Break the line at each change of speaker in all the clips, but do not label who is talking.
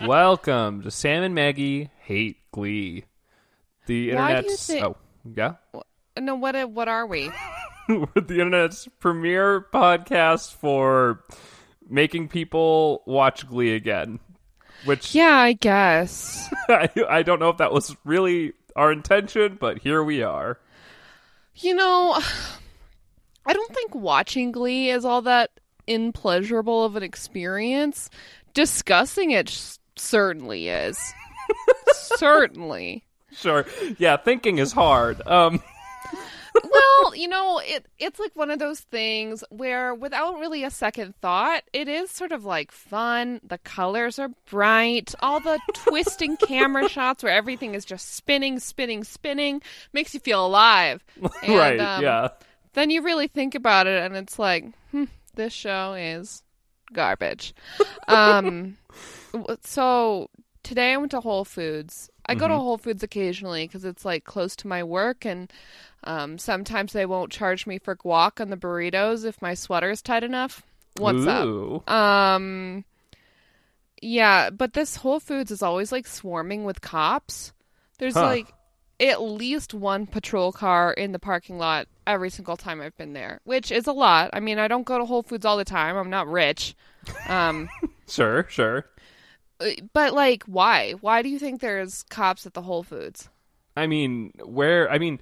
Welcome to Sam and Maggie Hate Glee. The
Why do you
internet's
thi-
oh yeah,
No, what uh, what are we?
We're the internet's premier podcast for making people watch Glee again. Which
Yeah, I guess.
I, I don't know if that was really our intention, but here we are.
You know, I don't think watching Glee is all that unpleasurable of an experience. Discussing it s- certainly is. certainly.
Sure, yeah, thinking is hard. Um,
Well, you know, it it's like one of those things where without really a second thought, it is sort of like fun. The colors are bright. All the twisting camera shots where everything is just spinning, spinning, spinning makes you feel alive. And,
right,
um,
yeah.
Then you really think about it and it's like, hmm, this show is garbage. um w- so today I went to Whole Foods. I go to Whole Foods occasionally because it's like close to my work, and um, sometimes they won't charge me for guac on the burritos if my sweater is tight enough. What's
Ooh.
up? Um, yeah, but this Whole Foods is always like swarming with cops. There's
Huh.
like at least one patrol car in the parking lot every single time I've been there, which is a lot. I mean, I don't go to Whole Foods all the time. I'm not rich. Um,
Sure, sure.
Uh, but like why why do you think there's cops at the whole foods
I mean, where I mean,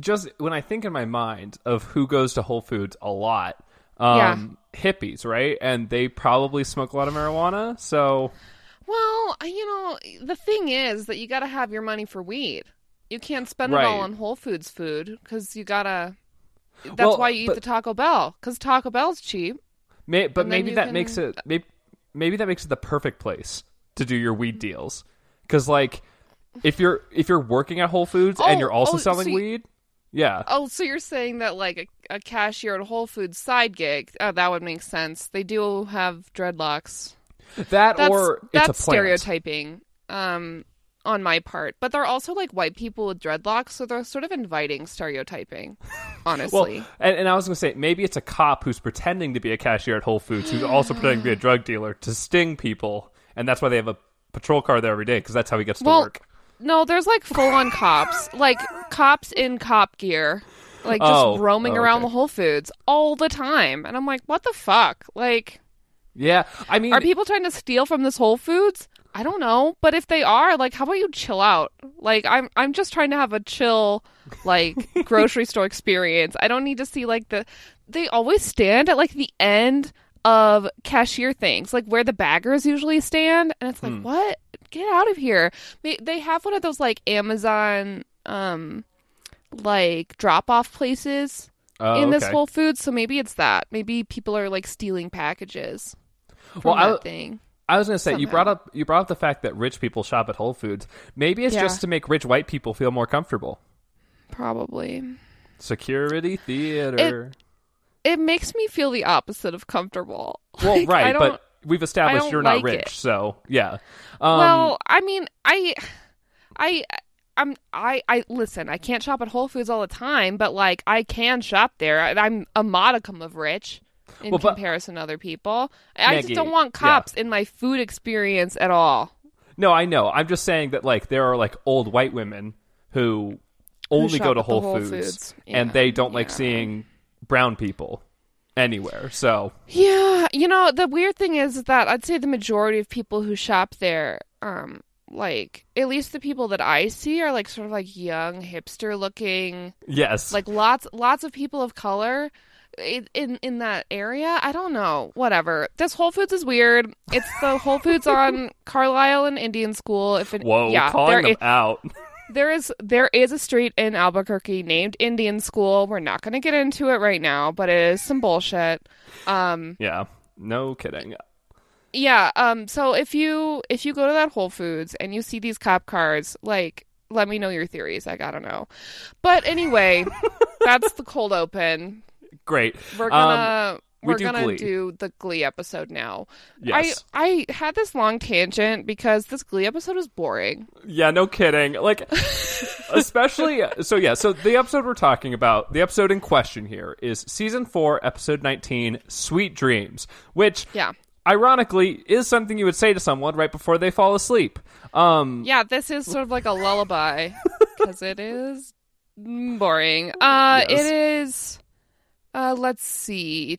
just when I think in my mind of who goes to Whole Foods a lot, um, hippies, right? And they probably smoke a lot of marijuana. So
well I- you know the thing is that you gotta have your money for weed you can't spend it all
Right.
on whole foods food because you gotta that's
Well,
why you eat
but-
the taco bell because taco bell's cheap
May, but
And then
maybe
you
that
can-
makes it maybe, maybe that makes it the perfect place to do your weed deals because like if you're if you're working at Whole Foods and
Oh,
you're also
oh, so
selling
you-
weed, yeah,
oh so you're saying that like a, a cashier at whole foods side gig oh, that would make sense they do have dreadlocks
that
that's,
or
that's
it's a plant.
stereotyping um on my part but they're also like white people with dreadlocks so they're sort of inviting stereotyping
Well,
honestly
and, and I was going to say maybe it's a cop who's pretending to be a cashier at Whole Foods who's also pretending to be a drug dealer to sting people, and that's why they have a patrol car there every day because that's how he gets to
Well,
work.
no there's like full-on cops like cops in cop gear like just
Oh.
roaming
Oh,
around
okay.
the whole foods all the time and i'm like what the fuck like
Yeah, I mean,
are people trying to steal from this whole foods i don't know but if they are like how about you chill out like i'm i'm just trying to have a chill like grocery store experience i don't need to see like the they always stand at like the end of cashier things like where the baggers usually stand and it's like what get out of here they, they have one of those like amazon um like drop off places
Oh,
in this
okay.
whole foods so maybe it's that maybe people are like stealing packages from
Well, I-
that thing
I was going to say you
somehow.
brought up you brought up the fact that rich people shop at Whole Foods. Maybe it's
Yeah.
just to make rich white people feel more comfortable.
Probably.
Security theater.
It makes me feel the opposite of comfortable.
well,
Like, I
right,
don't-
but we've established
don't
you're not
like
rich,
it.
so yeah. Um,
well, I mean, I, I, I'm, I, I listen. I can't shop at Whole Foods all the time, but like I can shop there. I, I'm a modicum of rich in
Well, but-
comparison to other people. I
Maggie,
just don't want
yeah.
cops in my food experience at all.
No, I know. I'm just saying that like there are like old white women who only
shop
go
at
to
the
Whole,
Whole
Foods,
Foods.
and
Yeah,
they don't like
yeah.
seeing brown people anywhere. So
Yeah, you know, the weird thing is that I'd say the majority of people who shop there, um, like at least the people that I see are like sort of like young hipster looking,
yes,
like lots lots of people of color i- in in that area. I don't know, whatever. This Whole Foods is weird. It's the Whole Foods on Carlisle and Indian School. If it,
whoa,
yeah,
calling
there
them
i-
out.
there is there is a street in Albuquerque named Indian School. We're not going to get into it right now, but it is some bullshit. Um.
yeah, no kidding.
Yeah, um so if you if you go to that Whole Foods and you see these cop cars, like let me know your theories. I gotta know. But anyway, that's the cold open.
Great.
We're
Um,
gonna
We
are
do
gonna
Glee.
do the Glee episode now.
Yes.
I I had this long tangent because this Glee episode was boring.
Yeah, no kidding. Like, especially so. Yeah, so the episode we're talking about, the episode in question here is season four, episode nineteen, "Sweet Dreams," which,
Yeah.
ironically, is something you would say to someone right before they fall asleep. Um,
Yeah, this is sort of like a lullaby because it is boring. Uh,
Yes.
It is. Uh, let's see.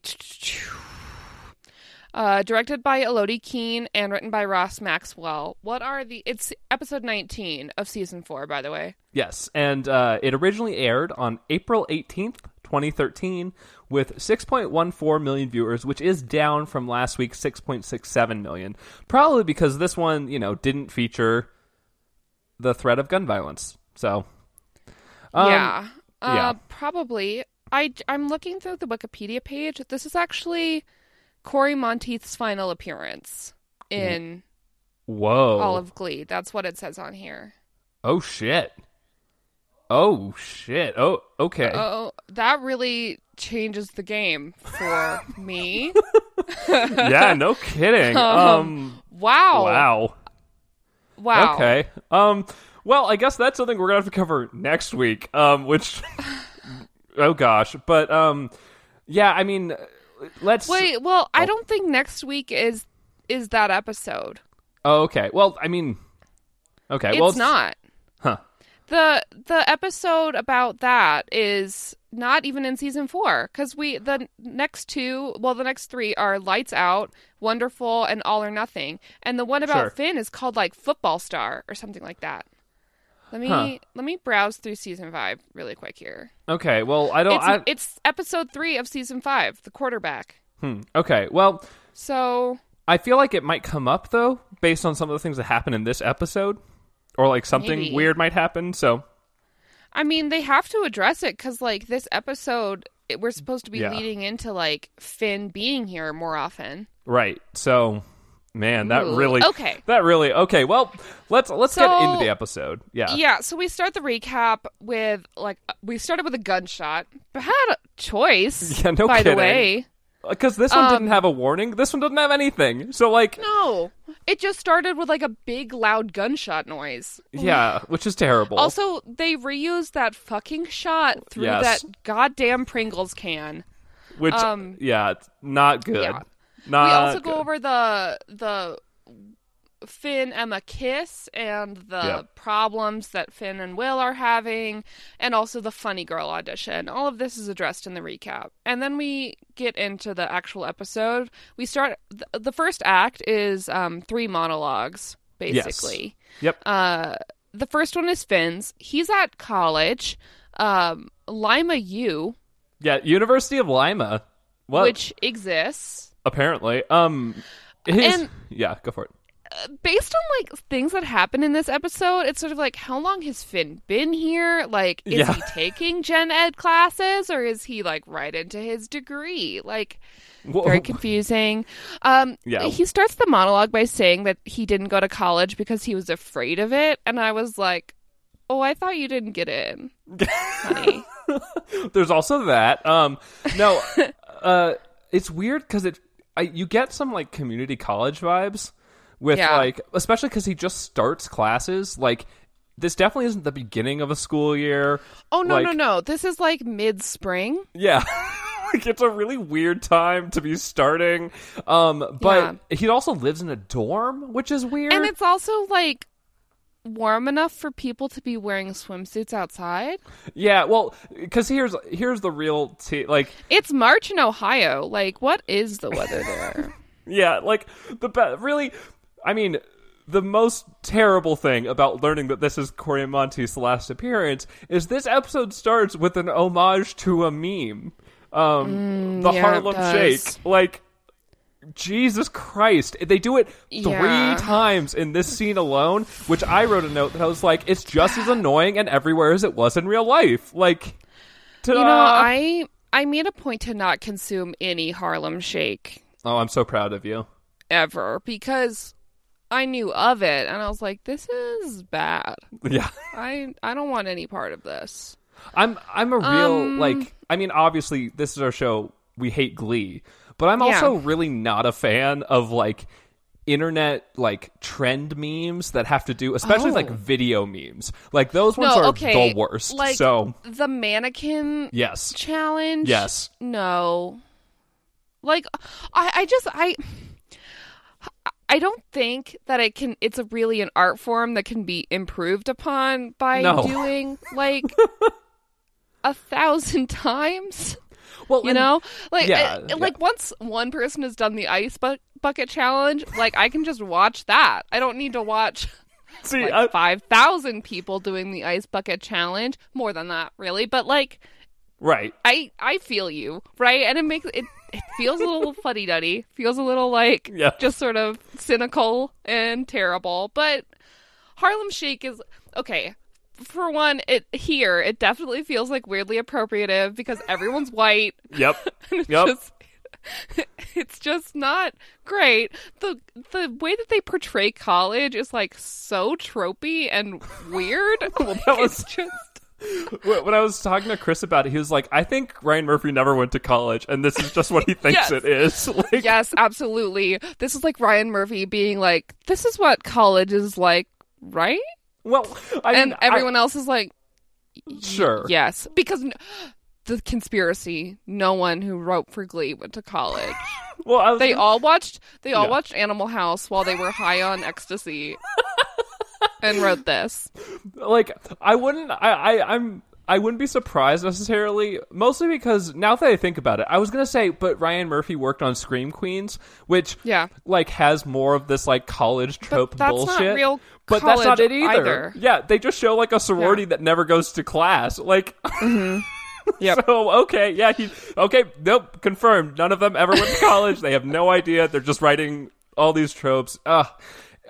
Uh, directed by Elodie Keene and written by Ross Maxwell. What are the? It's episode nineteen of season four, by the way.
Yes, and uh, it originally aired on April 18th, 2013, with 6.14 million viewers, which is down from last week's 6.67 million. Probably because this one, you know, didn't feature the threat of gun violence. So, um,
yeah. Uh,
yeah.
Probably. I I'm looking through the Wikipedia page. This is actually Corey Monteith's final appearance in
Whoa.
all of Glee. That's what it says on here.
oh, shit. Oh, shit. Oh, okay.
Oh, that really changes the game for me.
yeah, no kidding. um,
Wow.
wow.
Wow.
Okay. Um. Well, I guess that's something we're gonna have to cover next week. Um. Which. oh gosh. But um. Yeah. I mean, let's.
Wait, well,
Oh.
I don't think next week is is that episode.
Oh, okay. Well, I mean. Okay. well,
it's not.
Huh.
The the episode about that is not even in season 4 cuz we the next two, well the next three are Lights Out, Wonderful and All or Nothing. And the one about
Sure.
Finn is called like Football Star or something like that. Let me
Huh.
let me browse through season 5 really quick here.
Okay. Well, I don't.
it's,
I,
it's episode three of season five, the quarterback.
hmm, okay. Well,
So
I feel like it might come up though, based on some of the things that happen in this episode, or like something
Maybe.
weird might happen. So.
I mean, they have to address it because like this episode, it, we're supposed to be
Yeah.
leading into like Finn being here more often.
Right. So. Man, that
Ooh,
really.
okay.
That really. Okay. Well, let's let's get
So-
into the episode. Yeah.
yeah, so we start the recap with like uh, we started with a gunshot. Bad choice.
Yeah, no
by
kidding.
the way.
Because this one didn't have a warning. This one doesn't have anything. So like,
Um, No. It just started with like a big loud gunshot noise.
yeah, which is terrible.
Also, they reused that fucking shot through
Yes.
that goddamn Pringles can.
which
um,
yeah, it's not good.
yeah.
Not
we also go
Uh, good.
over the the Finn Emma kiss and the
Yeah.
problems that Finn and Will are having, and also the funny girl audition. All of this is addressed in the recap, and then we get into the actual episode. We start th- the first act is um, three monologues basically.
Yep.
Uh, the first one is Finn's. He's at college. Um, Lima U,
yeah, University of Lima. Well,
which exists.
apparently, um, his,
And-
yeah, go for it.
based on like things that happened in this episode, it's sort of like how long has Finn been here? Like, is
Yeah.
he taking gen ed classes or is he like right into his degree? Like,
Whoa.
very confusing. Um,
Oh Yeah.
He starts the monologue by saying that he didn't go to college because he was afraid of it, and I was like, "Oh, I thought you didn't get in, honey."
There's also that. Um, no, uh, it's weird because it I, you get some like community college vibes with
Yeah.
like especially because he just starts classes like. This definitely isn't the beginning of a school year.
Oh no,
Like-
no, no! This is like mid spring.
Yeah. like it's a really weird time to be starting. Um but he also lives in a dorm, which is weird.
And it's also like warm enough for people to be wearing swimsuits outside.
yeah, well, cuz here's here's the real t- like
It's March in Ohio. Like, what is the weather there?
yeah, like the be- really I mean the most terrible thing about learning that this is Coriomonte's last appearance is this episode starts with an homage to a meme. Um the
Mm, yeah, it
Harlem
does.
Shake. Like Jesus Christ. They do it three
Yeah.
times in this scene alone, which I wrote a note that I was like, it's just as annoying and everywhere as it was in real life. Like,
you
ta-da.
know,
Uh,
I I made a point to not consume any Harlem Shake
oh, I'm so proud of you.
ever because I knew of it and I was like, this is bad.
Yeah.
I I don't want any part of this. Um,
I'm I'm a real like I mean obviously this is our show we hate glee But I'm
Yeah.
also really not a fan of like internet like trend memes that have to do especially
Oh.
like video memes. Like those ones
No,
are
okay,
the worst.
like-
so
The mannequin
yes.
challenge.
Yes.
No. Like I I just I I don't think that it can it's a really an art form that can be improved upon by
No.
doing like a thousand times.
Well
You
and-
know, like
yeah,
uh,
yeah.
like once one person has done the ice bu- bucket challenge, like I can just watch that. I don't need to watch
see
like
I-
five thousand people doing the ice bucket challenge. More than that, really. But like,
right.
I I feel you, right? And it makes it it feels a little fuddy duddy. Feels a little like
Yeah.
just sort of cynical and terrible. But Harlem Shake is okay. For one, it here it definitely feels like weirdly appropriative because everyone's white
Yep.
and it's
Yep.
just it's just not great. The the way that they portray college is like so tropey and weird. well,
that was-
just
Wh- when I was talking to Chris about it, he was like, "I think Ryan Murphy never went to college, and this is just what he thinks
Yes.
it is." Like,
yes, absolutely. This is like Ryan Murphy being like, "This is what college is like, right?"
well, I mean,
and everyone else is like,
I, sure,
"Yes," because n- the conspiracy. No one who wrote for Glee went to college.
Well, I was,
They all watched. They all
Yeah.
watched Animal House while they were high on ecstasy, and wrote this.
like I wouldn't, I, I, I'm, I wouldn't be surprised necessarily, mostly because now that I think about it, I was gonna say, but Ryan Murphy worked on Scream Queens, which
Yeah.
like has more of this like college trope
that's not
bullshit.
real
but that's not
college
it either.
either.
Yeah, they just show like a sorority that never goes to class, like.
Mm-hmm. Yep.
So okay, yeah, he, okay, nope, confirmed. None of them ever went to college. they have no idea. They're just writing all these tropes. Ugh.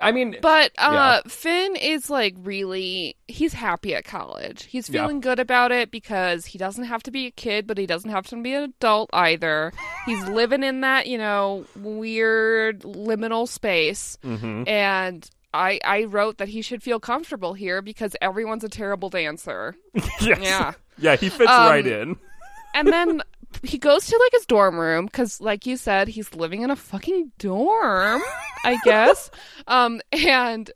I mean,
But uh, Finn is like really, he's happy at college. He's
Yeah.
feeling good about it because he doesn't have to be a kid, but he doesn't have to be an adult either. he's living in that, you know, weird liminal space. And I, I wrote that he should feel comfortable here because everyone's a terrible dancer.
yes.
yeah.
yeah, he fits
Um,
right in.
And then he goes to like his dorm room because, like you said, he's living in a fucking dorm, I guess. um, and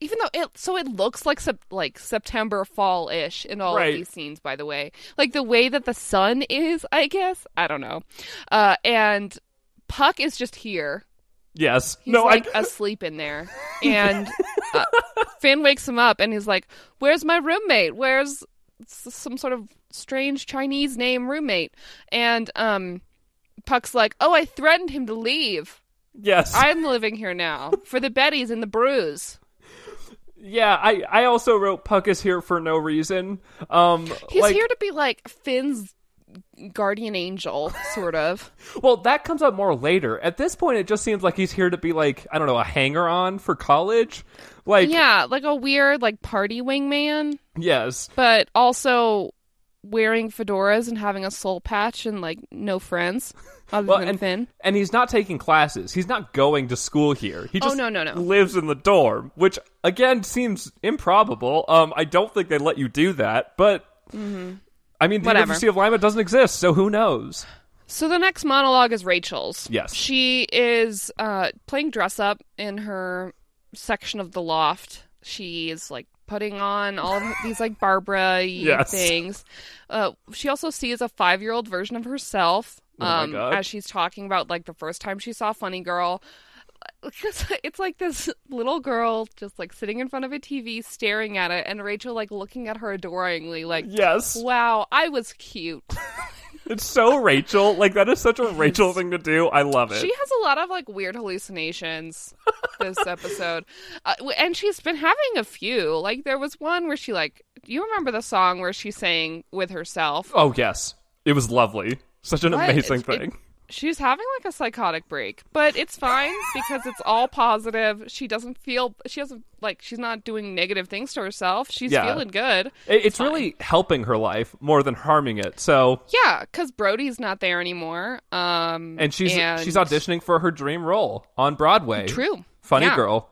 even though it, so it looks like sep- like September fall ish in all
Right.
of these scenes. By the way, like the way that the sun is, I guess I don't know. Uh, and Puck is just here.
Yes.
He's
no,
like uh,
I.
asleep in there, and uh, Finn wakes him up, and he's like, "Where's my roommate? Where's s- some sort of strange Chinese name roommate?" And um, Puck's like, "Oh, I threatened him to leave.
Yes.
I'm living here now for the Bettys and the Brews."
yeah. I. I also wrote Puck is here for no reason. Um.
He's
like,
here to be like Finn's guardian angel, sort of.
Well, that comes up more later. At this point, it just seems like he's here to be like I don't know a hanger on for college. Like
yeah, like a weird like party wingman.
yes.
but also wearing fedoras and having a soul patch and like no friends other
Well,
than
and,
Finn.
and he's not taking classes. He's not going to school here. He
Oh,
just
no, no, no.
lives in the dorm, which again seems improbable. Um, I don't think they let you do that, but I mean, the
Mm-hmm. Whatever.
University of Lima doesn't exist, so who knows?
So the next monologue is Rachel's.
Yes.
She is uh, playing dress up in her section of the loft. She's like putting on all of these like Barbara
Yes.
things. Uh, she also sees a five year old version of herself
Oh my
um,
God.
as she's talking about like the first time she saw Funny Girl. Because it's like this little girl just like sitting in front of a TV staring at it, and Rachel like looking at her adoringly, like,
Yes,
wow, I was cute.
it's so Rachel. Like that is such a Rachel thing to do. I love it.
She has a lot of like weird hallucinations this episode, uh, w- and she's been having a few. Like there was one where she like you remember the song where she sang with herself.
oh yes, it was lovely. Such an
What?
amazing
It's- it-
thing.
She's having like a psychotic break, but it's fine because it's all positive. She doesn't feel she doesn't like she's not doing negative things to herself. She's
Yeah.
feeling good.
It- it's really helping her life more than harming it. So
Yeah, because Brody's not there anymore. Um,
and she's
and-
she's auditioning for her dream role on Broadway.
True.
Funny
Yeah.
girl,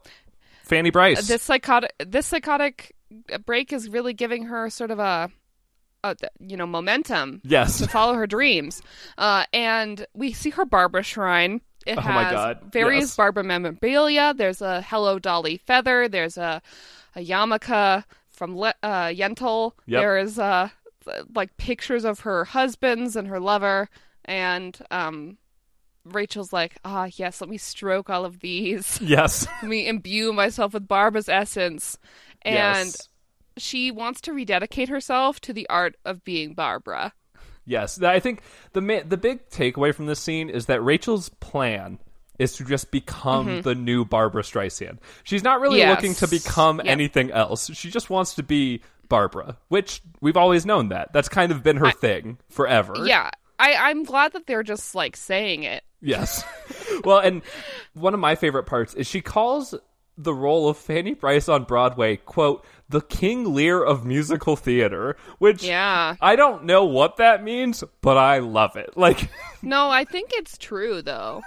Fanny Bryce.
this psychotic this psychotic break is really giving her sort of a uh, th- you know, momentum
Yes.
to follow her dreams. Uh, and we see her Barbara shrine. It
Oh my
has
God,
various
yes.
Barbara memorabilia. There's a Hello Dolly feather. There's a, a yarmulke from Le- uh, Yentl.
Yep.
There is uh, th- like pictures of her husbands and her lover. And um, Rachel's like, ah, yes, let me stroke all of these.
Yes.
let me imbue myself with Barbara's essence. And
yes.
she wants to rededicate herself to the art of being Barbara.
Yes, Th- I think the ma- the big takeaway from this scene is that Rachel's plan is to just become the new Barbara Streisand. She's not really
Mm-hmm. Yes.
looking to become
Yeah.
anything else. She just wants to be Barbara, which we've always known that. That's kind of been her thing forever.
Yeah. I, I'm glad that they're just like saying it.
Yes. well, and one of my favorite parts is she calls the role of Fanny Bryce on Broadway, quote, the King Lear of musical theater, which
Yeah.
I don't know what that means, but I love it. Like,
No, I think it's true though.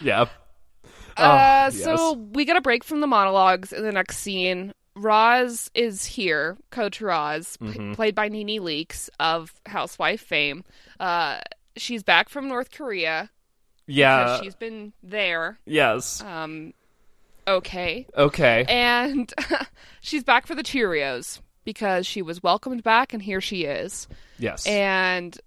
yeah.
uh,
Ah,
so we get a break from the monologues in the next scene. Roz is here, Coach Roz, p-
Mm-hmm.
played by Nene Leakes of Housewife fame. Uh, she's back from North Korea because
Yeah.
she's been there.
Yes.
Um, okay.
Okay.
and she's back for the Cheerios because she was welcomed back, and here she is.
yes.
And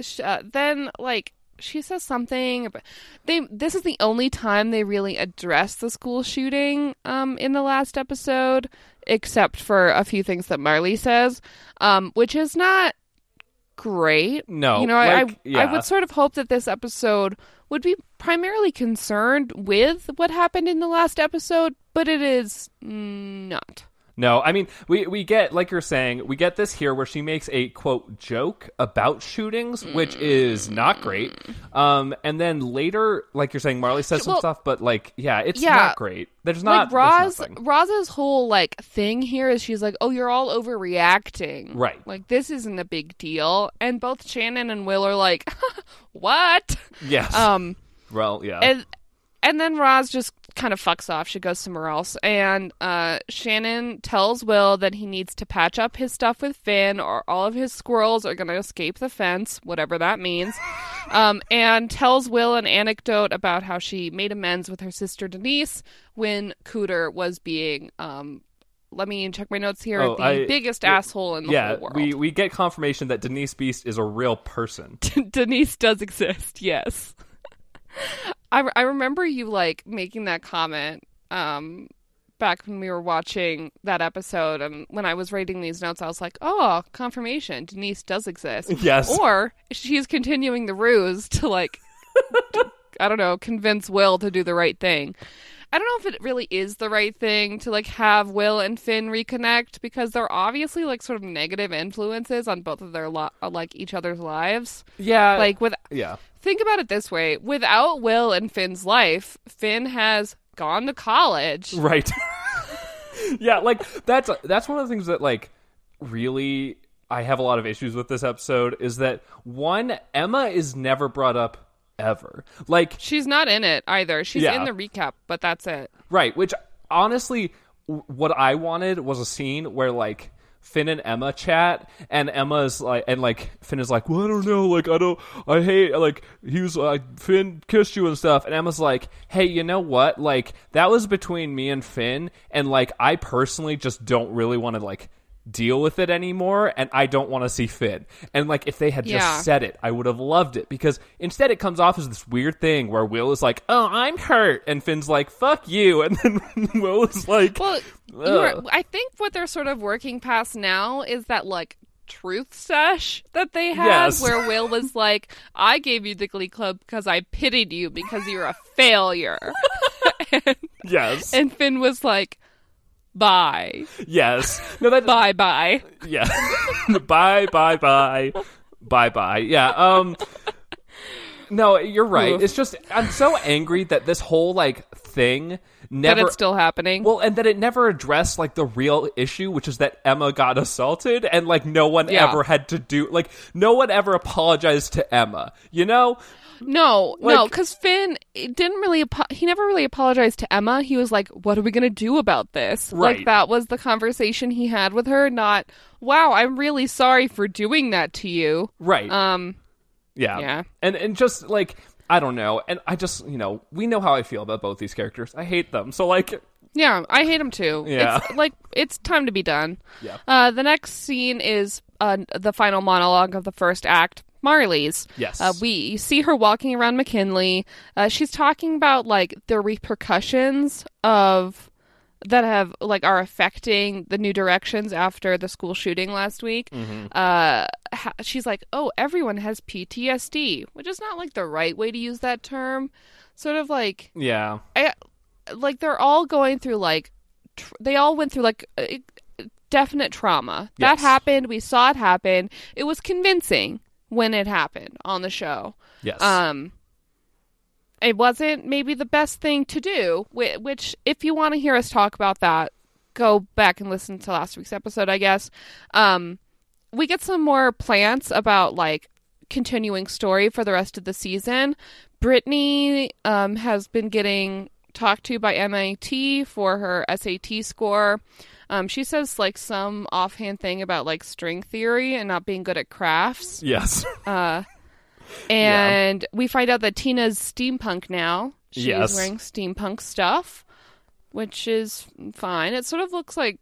sh- uh, then, like, she says something. But they this is the only time they really address the school shooting um, in the last episode, except for a few things that Marley says, um, which is not great.
no.
You know, I,
Oh, like,
I, I
yeah.
would sort of hope that this episode would be primarily concerned with what happened in the last episode, but it is not.
No, I mean, we, we get, like you're saying, we get this here where she makes a quote joke about shootings, which is not great. Um, and then later, like you're saying, Marley says some
Mm. Well-
stuff, but like, yeah, it's
Yeah.
not great. There's not
like
there's
Roz,
nothing.
Roz's whole like thing here is she's like, "Oh, you're all overreacting."
Right.
Like this isn't a big deal, and both Shannon and Will are like, "What?"
Yes.
Um,
well, yeah.
and and then Roz just kind of fucks off. She goes somewhere else, and uh, Shannon tells Will that he needs to patch up his stuff with Finn, or all of his squirrels are going to escape the fence, whatever that means. um, and tells Will an anecdote about how she made amends with her sister Denise when Cooter was being. Um, let me check my notes here.
Oh,
the
I-
biggest asshole in the
yeah.
whole world.
We, we get confirmation that Denise Beast is a real person.
Denise does exist. Yes, I I remember you like making that comment um back when we were watching that episode, and when I was writing these notes, I was like, oh, confirmation, Denise does exist.
Yes.
Or she's continuing the ruse to like, I don't know, convince Will to do the right thing. I don't know if it really is the right thing to like have Will and Finn reconnect because they're obviously like sort of negative influences on both of their li- on, like each other's lives.
yeah.
Like with
yeah.
think about it this way, without Will and Finn's life, Finn has gone to college.
Right. yeah, like that's that's one of the things that like really I have a lot of issues with this episode is that one Emma is never brought up ever. Like
She's not in it either. She's
Yeah.
in the recap, but that's it.
right, which honestly w- what I wanted was a scene where like Finn and Emma chat and Emma's like and like Finn is like, "Well, I don't know, like I don't I hate like he was like Finn kissed you and stuff." And Emma's like, "Hey, you know what? Like that was between me and Finn and like I personally just don't really want to like deal with it anymore and I don't want to see Finn." And like if they had
Yeah.
just said it, I would have loved it because instead it comes off as this weird thing where Will is like, "Oh, I'm hurt." And Finn's like, "Fuck you." And then Will is like,
Well, you're-
Ugh.
I think what they're sort of working past now is that like truth sesh that they had
Yes.
where Will was like, I gave you the Glee Club because I pitied you because you're a failure.
"Yes."
and Finn was like, bye,
yes. No, that
bye, bye.
Yeah. bye, bye, bye. Bye, bye. Yeah. Um No, you're right.
Oof.
It's just I'm so angry that this whole like thing
But
never
it's still happening.
well, and that it never addressed like the real issue, which is that Emma got assaulted, and like no one
Yeah.
ever had to do like no one ever apologized to Emma. You know,
No,
Like-
no, because Finn it didn't really. Apo- he never really apologized to Emma. He was like, "What are we gonna do about this?"
Right.
Like that was the conversation he had with her. Not, "Wow, I'm really sorry for doing that to you."
Right.
Um,
yeah.
yeah.
And and just like I don't know. And I just, you know, we know how I feel about both these characters. I hate them. So like
yeah, I hate him too.
Yeah.
it's, like it's time to be done.
Yeah.
Uh, the next scene is uh, the final monologue of the first act. Marley's.
Yes.
Uh, we you see her walking around McKinley. Uh, she's talking about like the repercussions of that have like are affecting the new directions after the school shooting last week.
Mm-hmm.
Uh, ha- she's like, "Oh, everyone has PTSD," which is not like the right way to use that term. Sort of like
Yeah.
I like they're all going through like tr- they all went through like a, a definite trauma.
Yes.
That happened. We saw it happen. It was convincing when it happened on the show.
Yes.
Um it wasn't maybe the best thing to do, whi- which if you want to hear us talk about that, go back and listen to last week's episode, I guess. Um we get some more plants about like continuing story for the rest of the season. Brittany um, has been getting talked to by MIT for her SAT score. Um, she says like some offhand thing about like string theory and not being good at crafts.
yes.
Uh, and we find out that Tina's steampunk now. She's
Yes.
wearing steampunk stuff, which is fine. It sort of looks like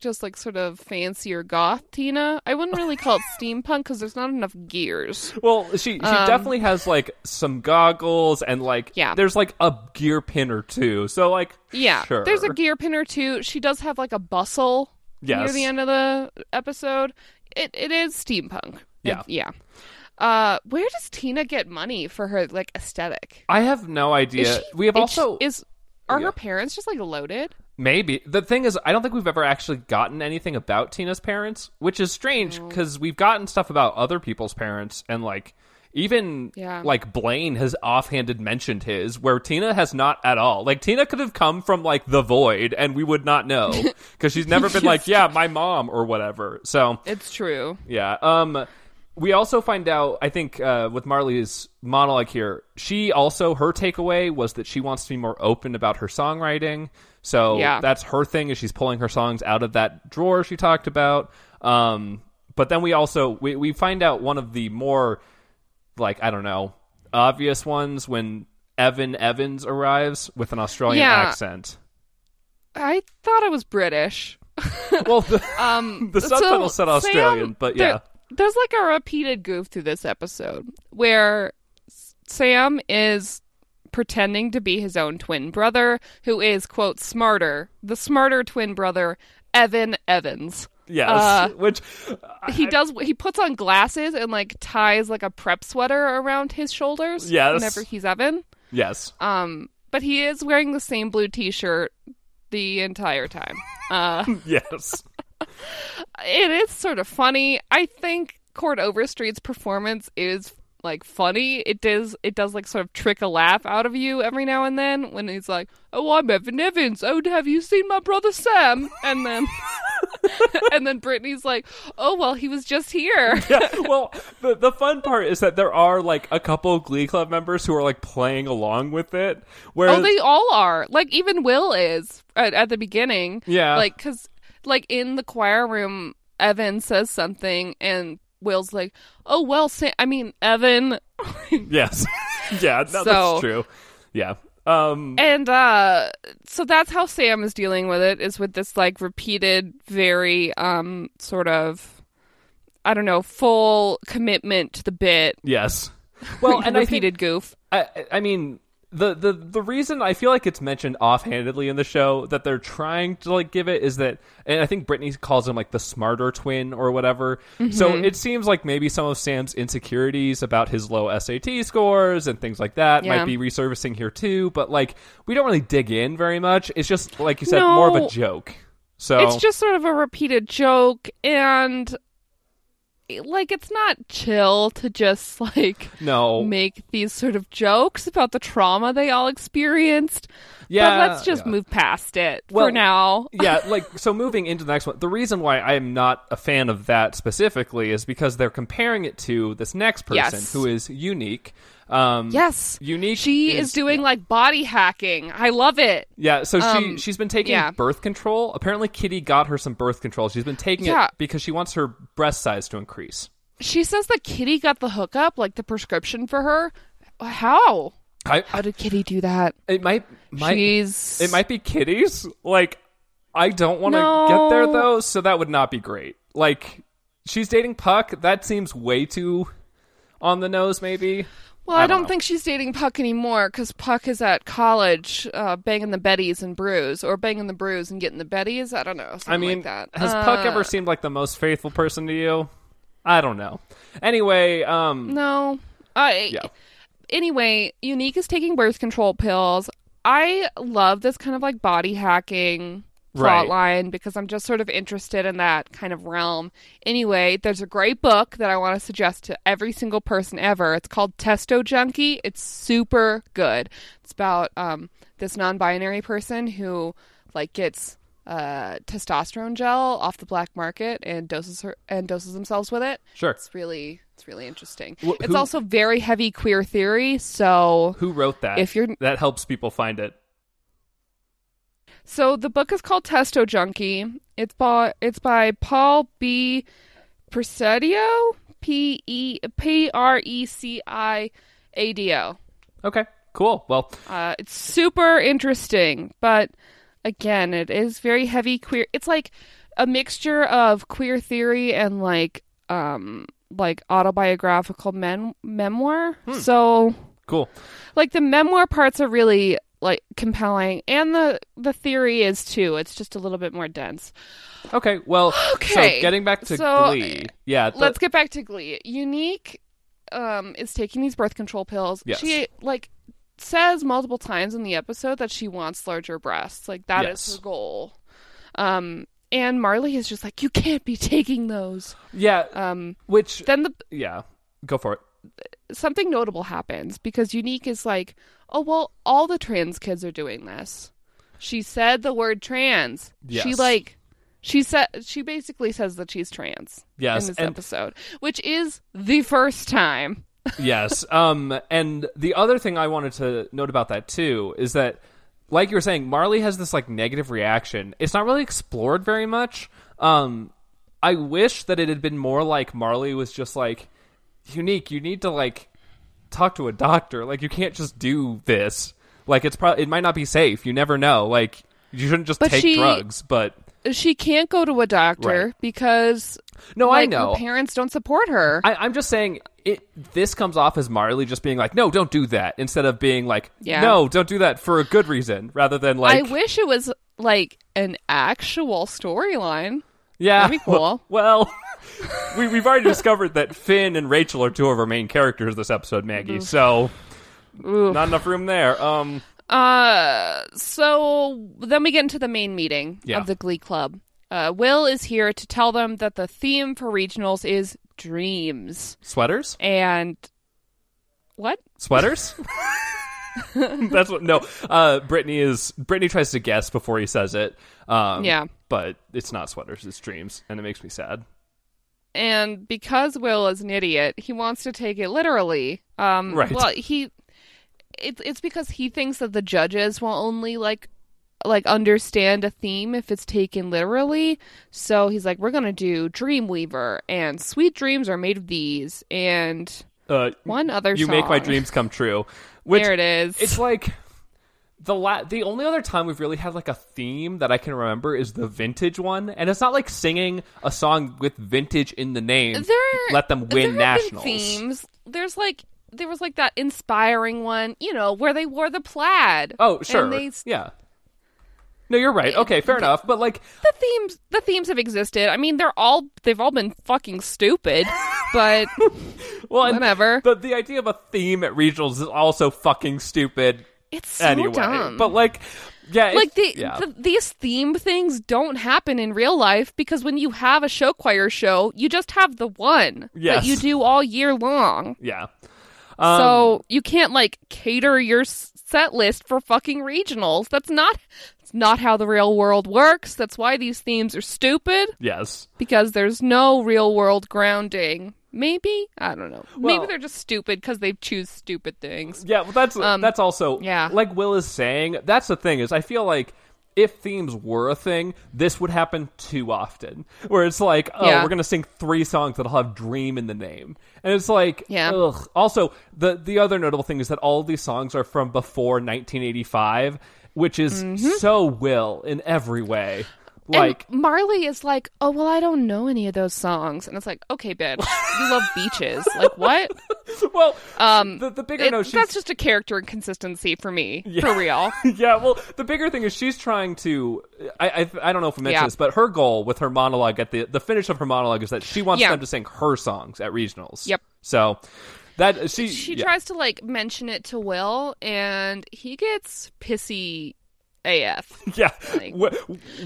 just like sort of fancier goth Tina. I wouldn't really call it steampunk because there's not enough gears.
Well, she she
Um,
definitely has like some goggles and like
Yeah.
there's like a gear pin or two. So like
Yeah,
sure.
there's a gear pin or two. She does have like a bustle near
Yes.
the end of the episode. It it is steampunk.
Yeah.
It- yeah. Uh, where does Tina get money for her like aesthetic?
I have no idea.
Is she-
we have
is
also Oh,
she- is are
Yeah.
her parents just like loaded?
maybe the thing is I don't think we've ever actually gotten anything about Tina's parents, which is strange because we've gotten stuff about other people's parents and like even
Yeah.
like Blaine has offhanded mentioned his, where Tina has not at all. Like Tina could have come from like the void and we would not know because she's never been like yeah my mom or whatever. So
It's true.
Yeah. Um we also find out I think uh with Marley's monologue here, she also her takeaway was that she wants to be more open about her songwriting. So
Yeah.
that's her thing is she's pulling her songs out of that drawer she talked about. Um but then we also we, we find out one of the more like I don't know obvious ones when Evan Evans arrives with an Australian
Yeah.
accent.
I thought I was British.
Well, the,
Um,
the
so,
subtitle said Australian,
Sam,
but
there-
yeah,
there's like a repeated goof through this episode where S- Sam is pretending to be his own twin brother, who is quote smarter, the smarter twin brother, Evan Evans.
yes,
uh,
which
He does. He puts on glasses and like ties like a prep sweater around his shoulders.
Yes.
Whenever he's Evan.
yes.
Um, but he is wearing the same blue T-shirt the entire time. Uh,
yes.
it is sort of funny. I think Court Overstreet's performance is like funny. It does it does like sort of trick a laugh out of you every now and then when he's like, "Oh, I'm Evan Evans. Oh, have you seen my brother Sam?" And then and then Brittany's like, "Oh, well, he was just here."
Yeah. Well, the the fun part is that there are like a couple of Glee Club members who are like playing along with it. Whereas,
Oh, they all are. Like even Will is at, at the beginning.
Yeah.
Like because like in the choir room, Evan says something and Will's like, "Oh well, Sam- I mean Evan,"
yes, yeah, no, that's
So-
true. Yeah. Um.
and uh, so that's how Sam is dealing with it. Is with this like repeated, very um sort of. I don't know, full commitment to the bit.
Yes. Well, and I think
repeated goof.
I, I mean, the, the the reason I feel like it's mentioned offhandedly in the show that they're trying to like give it is that, and I think Brittany calls him like the smarter twin or whatever. So
Mm-hmm.
it seems like maybe some of Sam's insecurities about his low SAT scores and things like that
Yeah.
might be resurfacing here too. But like, we don't really dig in very much. It's just like you said, more of a
No.
joke. So
It's just sort of a repeated joke, and like it's not chill to just like
no,
make these sort of jokes about the trauma they all experienced.
yeah,
but let's just
yeah.
move past it
Well,
for now.
yeah, like so moving into the next one. The reason why I am not a fan of that specifically is because they're comparing it to this next person
Yes.
who is unique. Um,
Yes.
Unique.
She is, doing like body hacking. I love it.
Yeah, so she
Um,
she's been taking
yeah.
birth control. Apparently, Kitty got her some birth control. She's been taking
Yeah.
it because she wants her breast size to increase.
She says that Kitty got the hookup, like the prescription for her. How?
I,
How did Kitty do that?
it might might
She's
it might be kitties. Like I don't want to
No.
get there though, so that would not be great. Like she's dating Puck. That seems way too on the nose. Maybe
Well, I,
don't
don't,
know.
think she's dating Puck anymore because Puck is at college uh, banging the Bettys and brews, or banging the brews and getting the Bettys. I don't know. Something
I mean,
like that.
has Puck
Uh,
ever seemed like the most faithful person to you? I don't know. Anyway, um,
No. I.
Yeah.
Anyway, Unique is taking birth control pills. I love this kind of like body hacking
Right.
plot line because I'm just sort of interested in that kind of realm. Anyway, there's a great book that I want to suggest to every single person ever. It's called Testo Junkie. It's super good. It's about um, this non-binary person who like gets uh, testosterone gel off the black market and doses her and doses themselves with it.
sure.
It's really it's really interesting.
Wh-
it's
who-
also very heavy queer theory, so
Who wrote that?
If you're-
that helps people find it.
so the book is called Testo Junkie. It's by it's by Paul B. Precedio, P E P R E C I A D O.
Okay, cool. Well,
Uh, it's super interesting, but again, it is very heavy queer. It's like a mixture of queer theory and like um like autobiographical men memoir.
Hmm.
So
cool.
like the memoir parts are really like compelling and the the theory is too it's just a little bit more dense
Okay, well, so
Okay,
getting back to
so,
Glee, yeah, the-
let's get back to glee unique um is taking these birth control pills
Yes.
she like says multiple times in the episode that she wants larger breasts like that is
Yes.
her goal um and marley is just like you can't be taking those
yeah,
um
which
then the
yeah, go for it.
something notable happens because Unique is like, oh, well, all the trans kids are doing this. She said the word trans. She
Yes.
like, she said she basically says that she's trans
Yes,
in this
and-
episode, which is the first time.
yes. Um, and the other thing I wanted to note about that too is that, like you were saying, Marley has this like negative reaction. It's not really explored very much. Um, I wish that it had been more like Marley was just like, unique. You need to like talk to a doctor. Like you can't just do this. Like it's probably it might not be safe. You never know. Like you shouldn't just
But
take
she-
drugs. But
She can't go to a doctor
Right.
because
no, I
like,
know.
her parents don't support her.
I, I'm just saying it. This comes off as Marley just being like, "No, don't do that," instead of being like,
Yeah.
"No, don't do that for a good reason," rather than
I
like,
wish it was like an actual storyline.
"Yeah,
that'd be cool.
well, we, we've already discovered that Finn and Rachel are two of our main characters this episode, Maggie. So
Oof.
not enough room there. Um,
Uh, so then we get into the main meeting
Yeah.
of the Glee Club. Uh, Will is here to tell them that the theme for regionals is dreams.
sweaters,
And what?
sweaters. That's what. No, uh, Brittany is. Brittany tries to guess before he says it. Um,
Yeah.
but it's not sweaters. It's dreams, and it makes me sad.
And because Will is an idiot, he wants to take it literally. Um,
Right.
Well, he it's it's because he thinks that the judges will only like like understand a theme if it's taken literally. So he's like, we're gonna do Dreamweaver and Sweet Dreams are made of these and
Uh,
one other.
you make my
song.
dreams come true. Which
there it is.
it's like the la- the only other time we've really had like a theme that I can remember is the vintage one, and it's not like singing a song with vintage in the name.
There-
let them
there
win
have
nationals.
Been themes. There's like there was like that inspiring one, you know, where they wore the plaid.
Oh, sure,
And they, the
yeah. No, you're right. Okay, fair enough. But like,
themes the themes have existed. I mean, they're all they've all been fucking stupid, but
well, and
Whatever.
The the idea of a theme at regionals is also fucking stupid.
it's so
anyway,
dumb.
but like, yeah, it's-
like the,
yeah.
the these theme things don't happen in real life because when you have a show choir show, you just have the one
Yes.
that you do all year long.
yeah.
so
Um,
you can't like cater your s- set list for fucking regionals. That's not it's not how the real world works. That's why these themes are stupid
Yes.
because there's no real world grounding Maybe I don't know. Maybe
Well-
they're just stupid because they choose stupid things.
Yeah, well, that's
Um,
that's also
yeah.
Like Will is saying, that's the thing is I feel like if themes were a thing, this would happen too often. Where it's like, oh,
Yeah.
we're gonna sing three songs that'll have dream in the name, and it's like,
Yeah.
ugh. Also, the the other notable thing is that all these songs are from before 1985, which is so Will in every way. Like,
Mm-hmm. and Marley is like, "Oh well, I don't know any of those songs," and it's like, "Okay, bitch, you love beaches. Like what?
well,
Um,
the the bigger
It-
no, she's
that's just a character inconsistency for me, for real.
yeah, well, the bigger thing is she's trying to. I I, I don't know if we mentioned
Yeah.
this, but her goal with her monologue at the the finish of her monologue is that she wants
Yeah.
them to sing her songs at regionals.
Yep.
So that she
She
yeah.
tries to like mention it to Will, and he gets pissy AF.
yeah.
like-
Wi-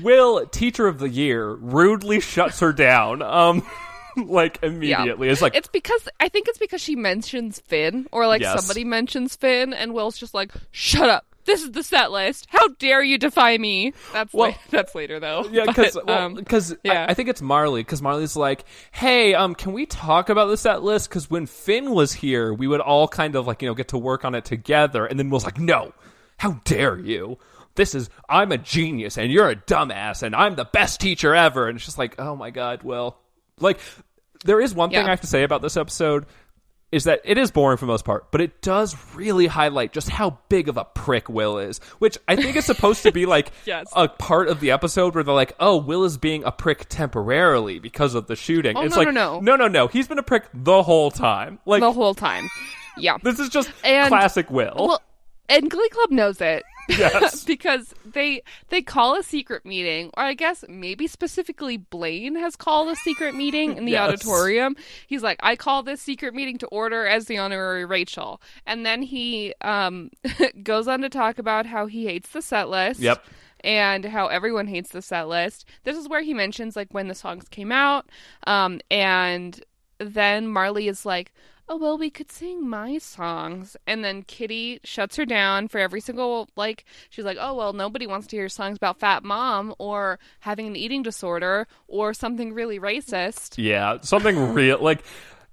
Will teacher of the year rudely shuts her down. Um, like immediately it's like
It's because I think it's because she mentions Finn, or like
Yes.
somebody mentions Finn, and Will's just like, "Shut up! This is the set list. How dare you defy me?" That's
Well-
la- that's later though.
Yeah, because
But, um,
yeah.
yeah.
I, I think it's Marley because Marley's like, hey, um, can we talk about the set list? Because when Finn was here, we would all kind of like you know get to work on it together, and then Will's like, no, how dare you? This is I'm a genius and you're a dumbass and I'm the best teacher ever, and it's just like, oh my god, Will, like there is one thing
Yeah.
I have to say about this episode. Is that it is boring for the most part, but it does really highlight just how big of a prick Will is, which I think is supposed to be like
Yes.
a part of the episode where they're like, "Oh, Will is being a prick temporarily because of the shooting."
Oh,
it's
no,
like,
no, no.
no, no, no. He's been a prick the whole time. Like
the whole time. Yeah.
this is just
And-
classic Will.
Well, and Glee Club knows it.
Yes.
because they they call a secret meeting, or I guess maybe specifically Blaine has called a secret meeting in the
Yes.
auditorium. He's like, I call this secret meeting to order as the honorary Rachel, and then he um, goes on to talk about how he hates the set list.
Yep.
And how everyone hates the set list. This is where he mentions like when the songs came out, um, and then Marley is like, "Oh well, we could sing my songs." And then Kitty shuts her down for every single like she's like, "Oh well, nobody wants to hear songs about fat mom or having an eating disorder or something really racist."
yeah, something real. Like,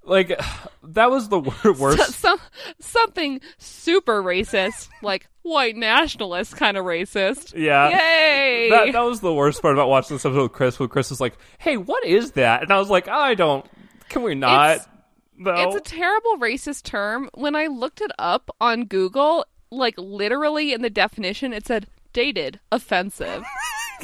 like that was the wor- worst.
Some something super racist, like white nationalist kind of racist.
yeah.
Yay!
That, that was the worst part about watching this episode with Chris. When Chris was like, "Hey, what is that?" and I was like, "I don't. Can we not?"
It's-
though?
It's a terrible racist term. When I looked it up on Google, like literally in the definition, it said dated, offensive.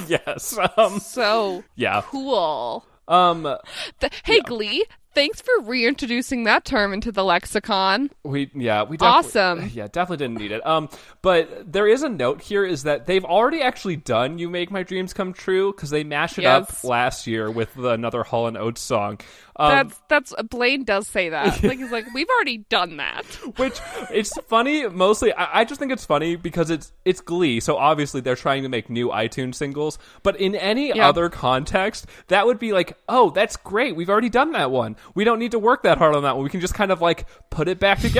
yes. Um,
so
yeah.
cool.
Um,
Th- hey, Glee, thanks for reintroducing that term into the lexicon.
We yeah we definitely,
Awesome.
yeah definitely didn't need it um but there is a note here is that they've already actually done you make my dreams come true because they mashed it
Yes.
up last year with the, another Hall and Oates song um,
That's that's Blaine does say that. Like he's like, we've already done that.
which it's funny mostly I, I just think it's funny because it's it's Glee so obviously they're trying to make new iTunes singles but in any
Yeah.
other context that would be like oh that's great we've already done that one we don't need to work that hard on that one we can just kind of like put it back together.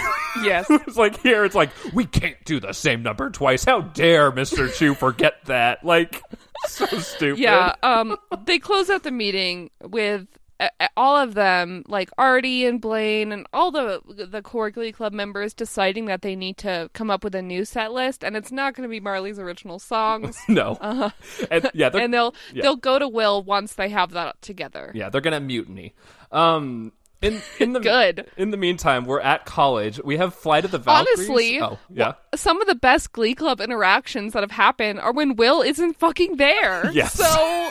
Yes.
it's like here it's like we can't do the same number twice how dare mr chu forget that like so stupid
Yeah. Um, they close out the meeting with uh, uh, all of them, like Artie and Blaine and all the the core Glee Club members, deciding that they need to come up with a new set list, and it's not going to be Marley's original songs.
no and, yeah they're,
Uh-huh. and they'll
yeah.
they'll go to Will once they have that together.
yeah they're gonna mutiny um in in the
Good.
in the meantime we're at college we have flight of the valkyries
Honestly,
oh yeah
Some of the best Glee Club interactions that have happened are when Will isn't fucking there.
Yes.
So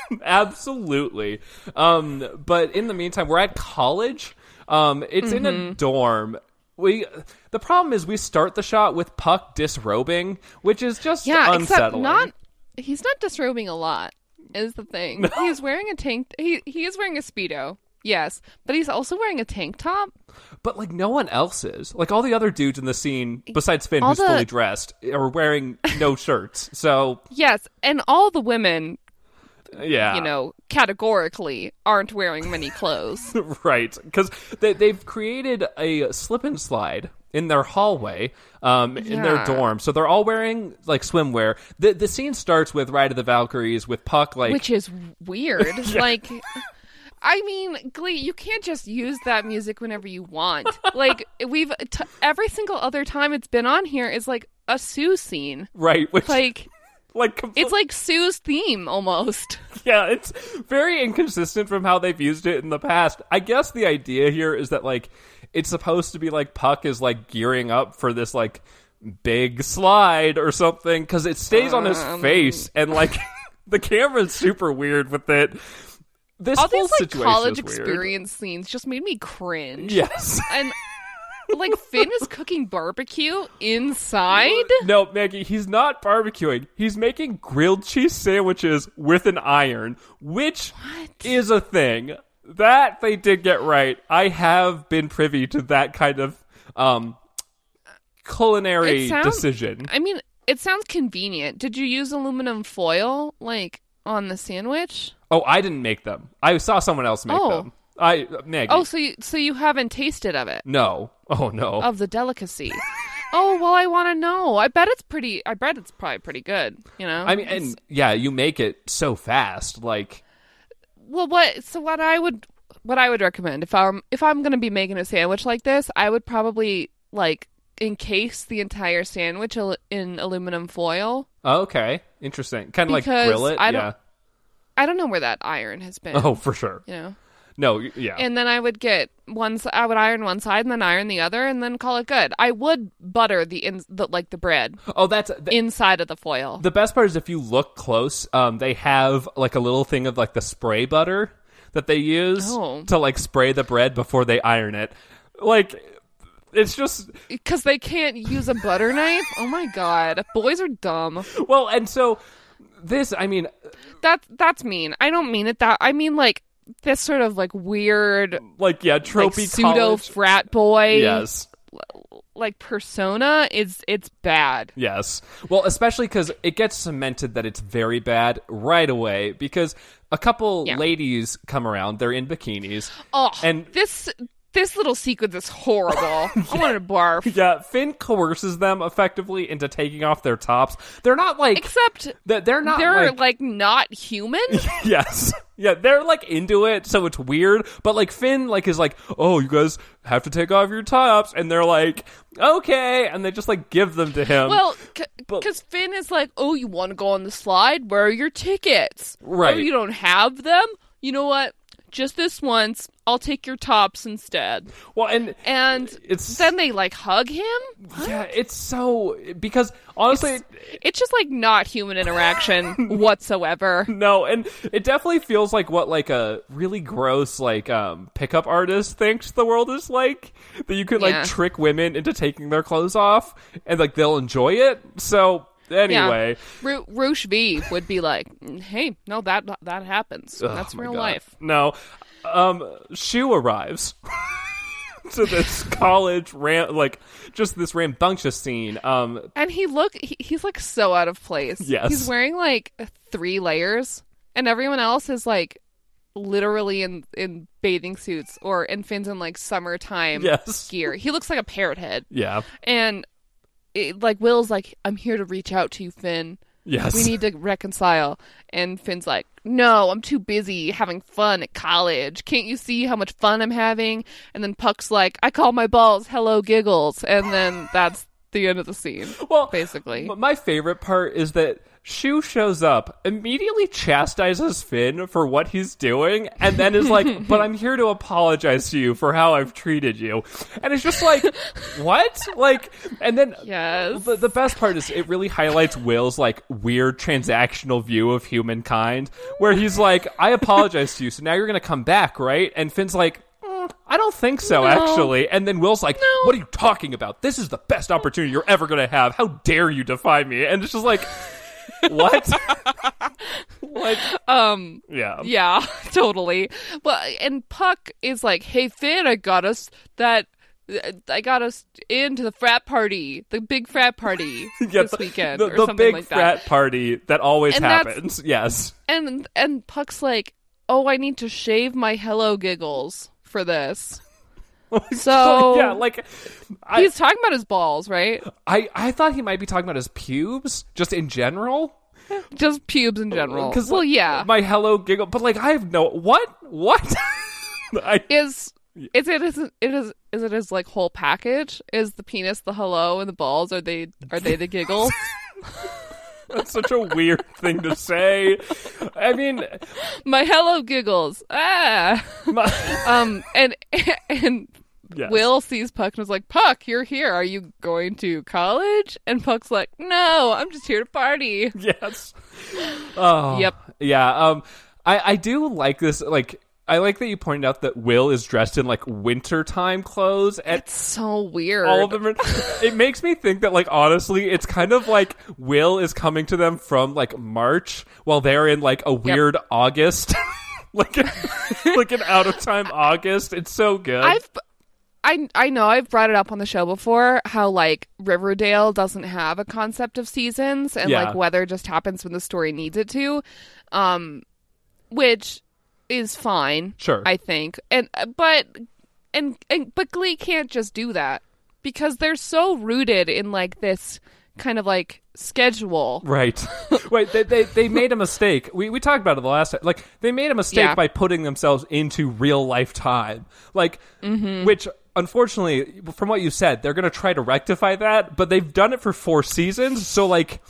Absolutely. Um, but in the meantime, we're at college. Um, it's in
Mm-hmm.
a dorm. We the problem is we start the shot with Puck disrobing, which is just
yeah, except
unsettling.
not he's not disrobing a lot is the thing. He is wearing a tank. He he is wearing a speedo. Yes, but he's also wearing a tank top.
But like no one else is. Like all the other dudes in the scene, besides Finn,
All
who's
the-
fully dressed, are wearing no shirts. So
Yes, and all the women,
yeah,
you know, categorically aren't wearing many clothes.
right because they, they've created a slip and slide in their hallway um, in their
Yeah.
dorm so they're all wearing like swimwear the, the scene starts with ride of the valkyries with puck like
which is weird. Like, I mean, Glee, you can't just use that music whenever you want. Like we've t- every single other time it's been on here is like a Sue scene.
right? Which
Like
like compl-
it's like Sue's theme almost.
yeah, it's very inconsistent from how they've used it in the past. I guess the idea here is that like it's supposed to be like Puck is like gearing up for this like big slide or something because it stays on his
Um.
face and like the camera's super weird with it. This
All
whole
these like
situation
college
is weird.
experience scenes just made me cringe.
Yes.
And like Finn is cooking barbecue inside.
No, Maggie, he's not barbecuing. He's making grilled cheese sandwiches with an iron, which is a thing. That they did get right. I have been privy to that kind of um, culinary
It sound-
decision.
I mean, it sounds convenient. Did you use aluminum foil like on the sandwich?
Oh, I didn't make them. I saw someone else make
Oh.
them. I Maggie.
Oh, so you, so you haven't tasted of it.
no. Oh no.
of the delicacy. oh well, I want to know. I bet it's pretty. I bet it's probably pretty good. You know.
I mean, and yeah, you make it so fast. Like
well, what? So what I would what I would recommend if I'm if I'm gonna be making a sandwich like this, I would probably like encase the entire sandwich al- in aluminum foil.
oh, okay, interesting. Kind of like
Because
grill it.
I
yeah.
don't- I don't know where that iron has been.
Oh, for sure.
You know.
No. y- Yeah.
And then I would get one. s- I would iron one side and then iron the other, and then call it good. I would butter the in the like the bread
oh, that's th-
inside of the foil.
The best part is if you look close, um, they have like a little thing of like the spray butter that they use
Oh.
to like spray the bread before they iron it. Like, it's just
Because they can't use a butter knife? Oh my god. Boys are dumb.
well, and so this, I mean,
That's that's mean. I don't mean it that I mean like this sort of like weird
like yeah,
like
tropey
pseudo
college-
frat boy
Yes,
like persona is it's bad.
yes. Well, especially because it gets cemented that it's very bad right away because a couple
Yeah.
ladies come around. They're in bikinis.
Oh
And-
and this this little sequence is horrible. I wanted to barf.
Yeah, Finn coerces them effectively into taking off their tops. They're not like
Except
that they're not
they're
like,
like, not human.
yes yeah they're like into it so it's weird but like finn like is like oh you guys have to take off your tops and they're like okay and they just like give them to him
Well, because
But-
Finn is like, "Oh, you want to go on the slide? Where are your tickets?
Right.
Oh, you don't have them. You know what? Just this once, I'll take your tops instead."
well and
And
It's-
then they like hug him.
yeah it's so because honestly
It's just like not human interaction whatsoever.
no and it definitely feels like what like a really gross like um pickup artist thinks the world is like that you could like
Yeah.
trick women into taking their clothes off and like they'll enjoy it so anyway
Ru- Roosh V would be like, "Hey, no, that that happens.
Oh
That's
my
real
God.
life."
No, um, Shu arrives to this college ram, like just this rambunctious scene. Um,
And he look he, he's like so out of place.
Yes.
He's wearing like three layers and everyone else is like literally in in bathing suits or and Finn's in like summertime
Yes.
gear. He looks like a parrot head.
yeah,
And it, like Will's like I'm here to reach out to you Finn.
yes,
We need to reconcile. And Finn's like, "No, I'm too busy having fun at college. Can't you see how much fun I'm having?" And then Puck's like, "I call my balls hello giggles." And then that's the end of the scene.
well,
basically.
m- my favorite part is that Shu shows up, immediately chastises Finn for what he's doing, and then is like, "But I'm here to apologize to you for how I've treated you," and it's just like, "What?" Like, and then
Yes.
The, the best part is it really highlights Will's like weird transactional view of humankind, where he's like, "I apologize to you, so now you're gonna come back, right?" And Finn's like, "Mm, "I don't think so, actually." And then Will's like, "What are you talking about? This is the best opportunity you're ever gonna have. How dare you defy me?" And it's just like, "What? like,
Um,
yeah,
yeah, totally. Well, and Puck is like, "Hey Finn, I got us that. I got us into the frat party, the big frat party
Yeah,
this weekend,
the,
or
the
something
big
like that."
frat party that always
And that's-
happens. Yes,
And and Puck's like, "Oh, I need to shave my hello giggles for this." So
Oh, yeah, like I,
he's talking about his balls, right?
I I thought he might be talking about his pubes, just in general.
just pubes in general.
Because
well, yeah,
uh, my hello giggle, but like I have no what what. I,
is is it is it is is it his like whole package? Is the penis the hello and the balls? Are they are they the giggles?
that's such a weird thing to say. I mean,
my hello giggles. Ah,
my,
um, and and
yes.
Will sees Puck and is like, Puck, you're here. Are you going to college? And Puck's like, No, I'm just here to party.
yes. Oh,
Yep.
Yeah. Um, I I do like this. Like, I like that you pointed out that Will is dressed in like wintertime clothes, and
It's so weird.
all of them. Are, it makes me think that, like, honestly, it's kind of like Will is coming to them from like March, while they're in like a weird August. Like, an- like an out of time August. It's so good.
I've I I know I've brought it up on the show before how like Riverdale doesn't have a concept of seasons and
Yeah.
like weather just happens when the story needs it to, um, which is fine.
Sure.
I think and uh, but and and but Glee can't just do that because they're so rooted in like this kind of like schedule.
Right. Wait, they, they, they made a mistake. We, we talked about it the last time. Like, they made a mistake
Yeah.
by putting themselves into real life time. Like,
Mm-hmm.
which, unfortunately, from what you said, they're going to try to rectify that, but they've done it for four seasons. So, like,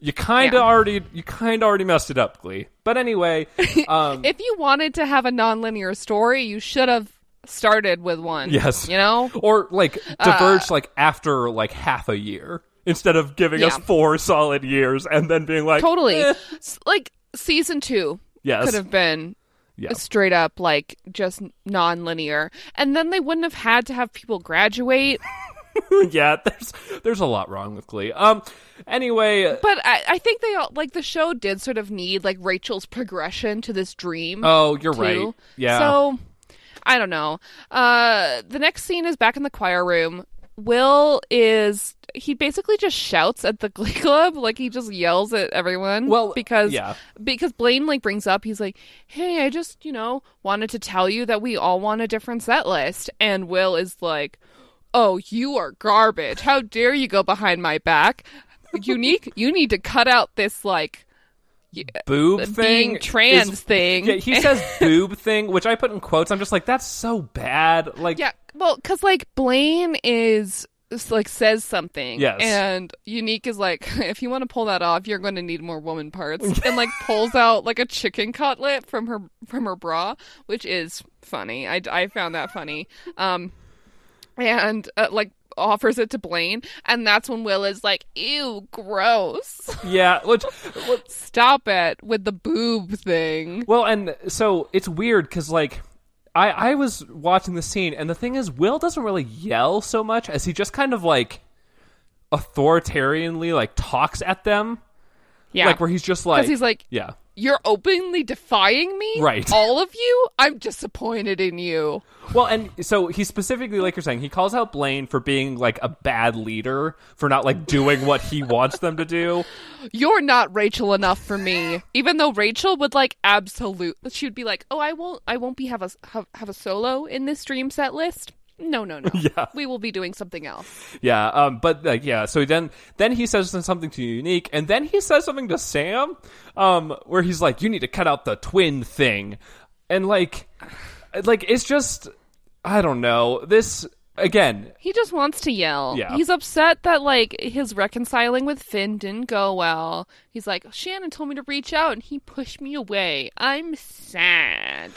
you kind of
Yeah.
already, you kind of already messed it up, Glee. But anyway, um,
If you wanted to have a nonlinear story, you should have started with one.
Yes.
you know.
or like
Uh,
diverge like after like half a year instead of giving us
Yeah.
four solid years and then being like,
totally
eh,
S- like season two could
yes,
have been
Yeah.
straight up like just non-linear and then they wouldn't have had to have people graduate
yeah, there's there's a lot wrong with Glee. Um, anyway,
but I, I think they all like the show did sort of need like rachel's progression to this dream
oh, you're
too.
right. Yeah,
so i don't know uh the next scene is back in the choir room will is he basically just shouts at the glee club like he just yells at everyone
Well,
because
yeah.
because Blaine like brings up, he's like, "Hey, I just you know wanted to tell you that we all want a different set list," and Will is like, "Oh, you are garbage! How dare you go behind my back? Unique, you need to cut out this like
boob thing
being trans
is-
thing."
Yeah, he says boob thing, which I put in quotes. I'm just like, that's so bad. Like,
Yeah, well, because like Blaine is is, like says something,
Yes.
and Unique is like, if you want to pull that off, you're going to need more woman parts, and like pulls out like a chicken cutlet from her from her bra, which is funny. I I found that funny. Um, and uh, like offers it to Blaine, and that's when Will is like, "Ew, gross!
yeah, which well,
Stop it with the boob thing."
well, and so it's weird because like. I, I was watching the scene, and the thing is, Will doesn't really yell so much as he just kind of like authoritarianly like talks at them,
Yeah,
like where he's just like,
because he's like,
yeah,
You're openly defying me?
Right.
All of you? I'm disappointed in you.
Well, and so he specifically, like you're saying, he calls out Blaine for being like a bad leader for not like doing what he wants them to do.
You're not Rachel enough for me. Even though Rachel would like absolute she would be like, "Oh, I won't I won't be have a have, have a solo in this dream set list." No, no, no.
Yeah.
We will be doing something else.
Yeah, um, but like, yeah. So then, then he says something to Unique, and then he says something to Sam, um, where he's like, "You need to cut out the twin thing," and like, like it's just, I don't know. This again,
He just wants to yell.
Yeah.
He's upset that like his reconciling with Finn didn't go well. He's like, "Shannon told me to reach out and he pushed me away. I'm sad.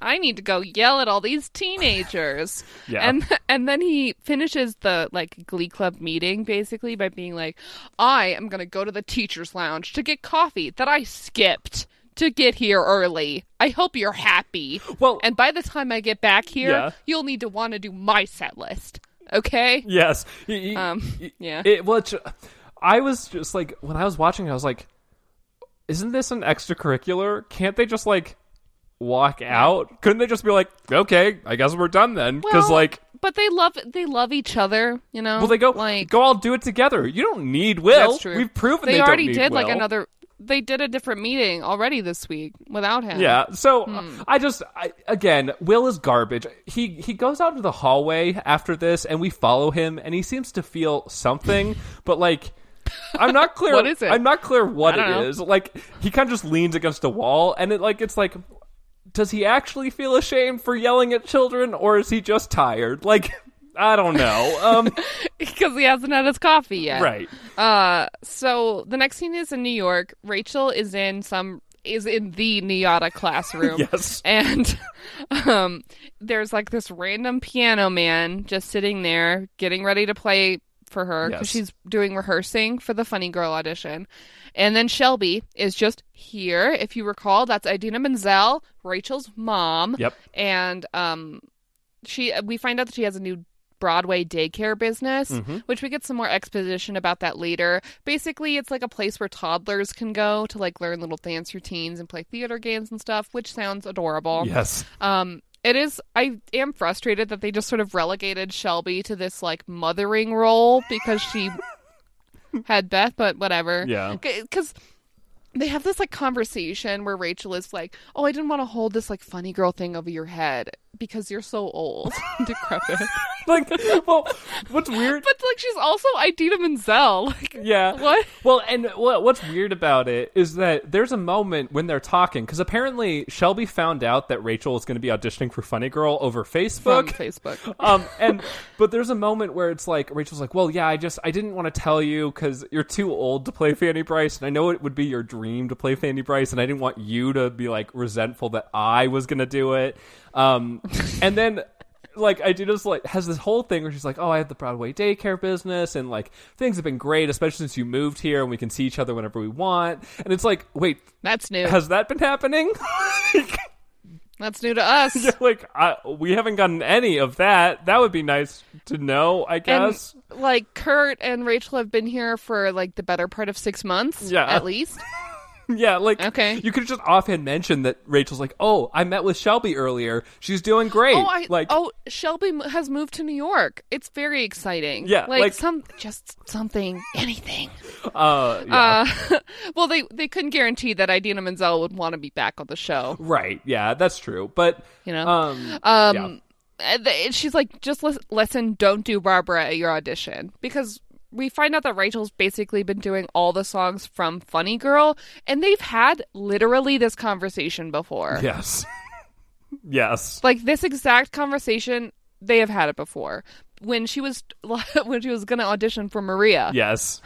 I need to go yell at all these teenagers."
yeah,
And and then he finishes the like glee club meeting basically by being like, "I am going to go to the teachers lounge to get coffee that I skipped to get here early. I hope you're happy."
well,
And by the time I get back here,
Yeah.
you'll need to want to do my set list. Okay?
yes, He- he-
Um,
he-
yeah.
It, well, it's- I was just like when I was watching, it, I was like, "Isn't this an extracurricular? Can't they just like walk out? Couldn't they just be like, okay, I guess we're done then?" Because
Well-
like,
But they love they love each other, you know?
well, they go
like
go all do it together. You don't need Will.
That's true.
We've proven
they,
they,
already
don't need
did like
Will.
another they did a different meeting already this week without him.
Yeah. So uh,
Hmm.
I just I, again, Will is garbage. He he goes out to the hallway after this, and we follow him, and he seems to feel something, but like I'm not clear.
What is it?
I'm not clear what
I
it is.
don't know.
Like he kind of just leans against a wall, and it like it's like, does he actually feel ashamed for yelling at children, or is he just tired? Like I don't know. Um,
because he hasn't had his coffee yet.
right.
Uh, so the next scene is in New York. Rachel is in some is in the Niata classroom.
Yes.
And um, there's like this random piano man just sitting there getting ready to play for her because
Yes.
she's doing rehearsing for the Funny Girl audition. And then Shelby is just here. If you recall, that's Idina Menzel, Rachel's mom.
Yep.
And um, she we find out that she has a new Broadway daycare business,
Mhm.
which we get some more exposition about that later. Basically, it's like a place where toddlers can go to like learn little dance routines and play theater games and stuff, which sounds adorable.
Yes.
Um it is I am frustrated that they just sort of relegated Shelby to this like mothering role because she had Beth, but whatever
Yeah.
because they have this like conversation where Rachel is like, "Oh, I didn't want to hold this like funny girl thing over your head because you're so old, and decrepit."
Like, well, what's weird?
but like, she's also Idina Menzel. Like,
Yeah.
what?
Well, and what, what's weird about it is that there's a moment when they're talking because apparently Shelby found out that Rachel is going to be auditioning for Funny Girl over
From
Facebook.
Facebook.
um, and but there's a moment where it's like Rachel's like, "Well, yeah, I just I didn't want to tell you because you're too old to play Fanny Bryce, and I know it would be your dream to play Fanny Bryce, and I didn't want you to be like resentful that I was gonna do it." Um, and then. Like I do just like has this whole thing where she's like, Oh, I have the Broadway daycare business and like things have been great, especially since you moved here and we can see each other whenever we want. And it's like, wait,
That's new.
has that been happening?
That's new to us.
Yeah, like I, we haven't gotten any of that. That would be nice to know, I guess.
And like Kurt and Rachel have been here for like the better part of six months,
Yeah.
at least.
yeah, like
Okay.
you could just offhand mention that Rachel's like, "Oh, I met with Shelby earlier. She's doing great."
Oh, I,
like
oh, Shelby m- has moved to New York. It's very exciting.
Yeah,
like,
like-
some just something, anything.
uh, yeah.
Uh, well, they they couldn't guarantee that Idina Menzel would want to be back on the show.
right. Yeah, that's true. But
You know,
um
um, and the- and she's like, just lis- listen, don't do Barbara at your audition because we find out that Rachel's basically been doing all the songs from Funny Girl, and they've had literally this conversation before.
yes. yes.
Like this exact conversation, they have had it before when she was when she was going to audition for Maria.
Yes.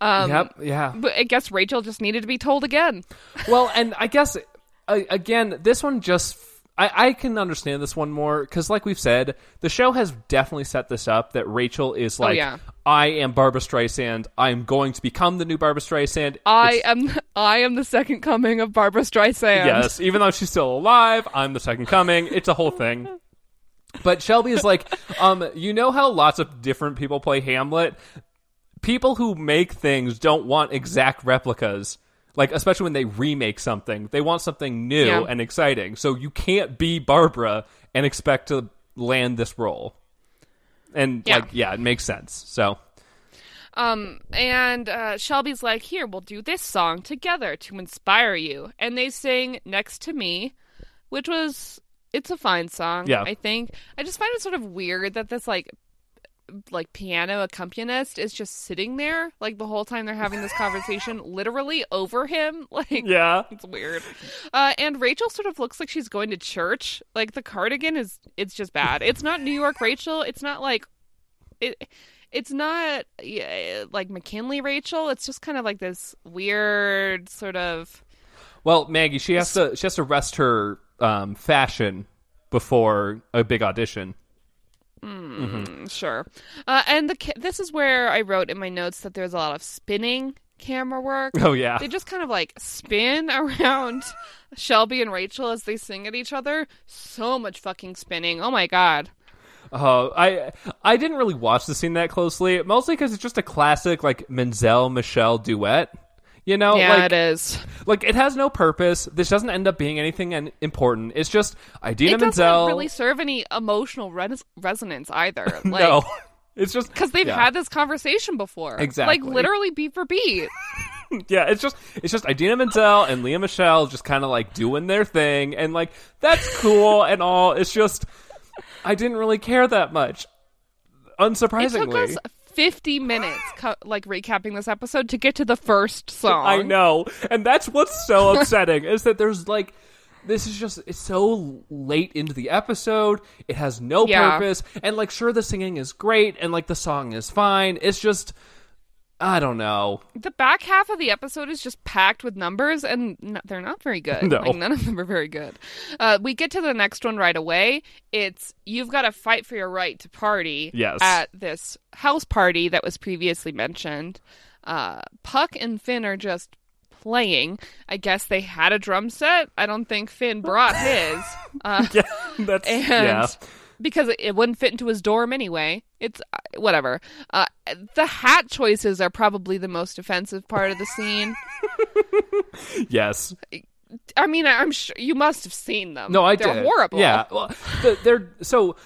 Um,
yep. Yeah.
But I guess Rachel just needed to be told again.
well, and I guess I, again, this one just I, I can understand this one more because, like we've said, the show has definitely set this up that Rachel is like,
Oh, yeah.
I am Barbara Streisand. I'm going to become the new Barbara Streisand.
I
It's-
am I am the second coming of Barbara Streisand.
yes, even though she's still alive, I'm the second coming. It's a whole thing. But Shelby is like, um, you know how lots of different people play Hamlet? People who make things don't want exact replicas. Like, especially when they remake something, they want something new
Yeah.
and exciting. So you can't be Barbara and expect to land this role. And,
Yeah.
like, yeah, it makes sense. So,
Um and uh, Shelby's like, "Here, we'll do this song together to inspire you." And they sing "Next to Me," which was it's a fine song,
Yeah.
I think. I just find it sort of weird that this like like piano accompanist is just sitting there like the whole time they're having this conversation literally over him like
yeah.
It's weird. Uh, and Rachel sort of looks like she's going to church. Like the cardigan is, it's just bad. It's not New York Rachel. It's not like, it, it's not yeah, like McKinley Rachel. It's just kind of like this weird sort of.
Well, Maggie, she has to she has to rest her um, fashion before a big audition.
Mm, Sure. Uh, and the ca- this is where I wrote in my notes that there's a lot of spinning camera work.
Oh yeah,
They just kind of like spin around Shelby and Rachel as they sing at each other. So much fucking spinning. Oh my god.
uh, I I didn't really watch the scene that closely, mostly because it's just a classic like Menzel Michelle duet. You know,
yeah,
Oh, like
it is.
like it has no purpose. This doesn't end up being anything an- important. It's just Idina
it doesn't
Menzel.
really serve any emotional res- resonance either. Like,
no, it's just
Because they've
yeah.
had this conversation before.
Exactly.
Like, literally beat for beat.
Yeah, it's just it's just Idina Menzel and Leah Michelle just kind of like doing their thing, and like that's cool and all. It's just I didn't really care that much,
It took
unsurprisingly.
us 50 minutes co- like recapping this episode to get to the first song.
I know. And that's what's so upsetting is that there's like this is just it's so late into the episode. It has no
Yeah.
purpose. And like sure the singing is great and like the song is fine. It's just I don't know.
The back half of the episode is just packed with numbers, and n- they're not very good.
No.
Like, none of them are very good. Uh, we get to the next one right away. It's you've got to fight for your right to party
Yes.
at this house party that was previously mentioned. Uh, Puck and Finn are just playing. I guess they had a drum set. I don't think Finn brought his. Uh,
Yeah. That's
and
yeah.
because it, it wouldn't fit into his dorm anyway. It's uh, whatever. Uh, the hat choices are probably the most offensive part of the scene.
Yes.
I mean, I'm sure you must have seen them.
No, I
They're
did.
horrible.
Yeah, well, the, they're so.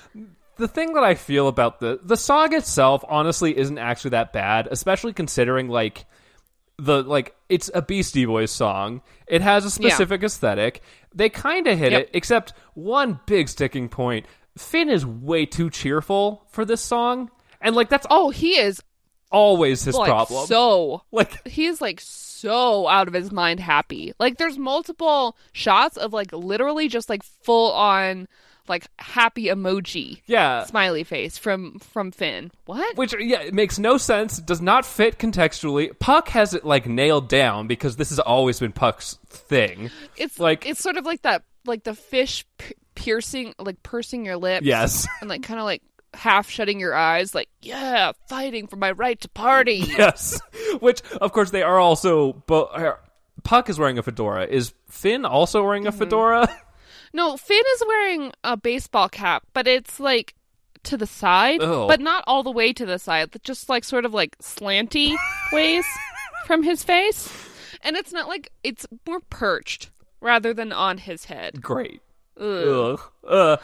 The thing that I feel about the the song itself, honestly, isn't actually that bad, especially considering like the like it's a Beastie Boys song. It has a specific aesthetic. They kind of hit
Yep.
it, except one big sticking point. Finn is way too cheerful for this song, and like that's
Oh, he is
always his
like
problem.
so.
like
He's like so out of his mind happy. Like there's multiple shots of like literally just like full on like happy emoji
yeah,
smiley face from from Finn. What?
Which yeah, it makes no sense. Does not fit contextually. Puck has it like nailed down because this has always been Puck's thing.
It's
Like-
like it's sort of like that, like the fish p- piercing, like pursing your lips.
Yes.
and like kind of like half shutting your eyes, like yeah, fighting for my right to party.
Yes. Which of course they are also. But Puck is wearing a fedora. Is Finn also wearing
Mm-hmm.
a fedora?
No, Finn is wearing a baseball cap, but it's like to the side,
Oh.
but not all the way to the side, just like sort of like slanty ways from his face, and it's not like it's more perched rather than on his head.
Great.
Ugh.
Ugh. Uh,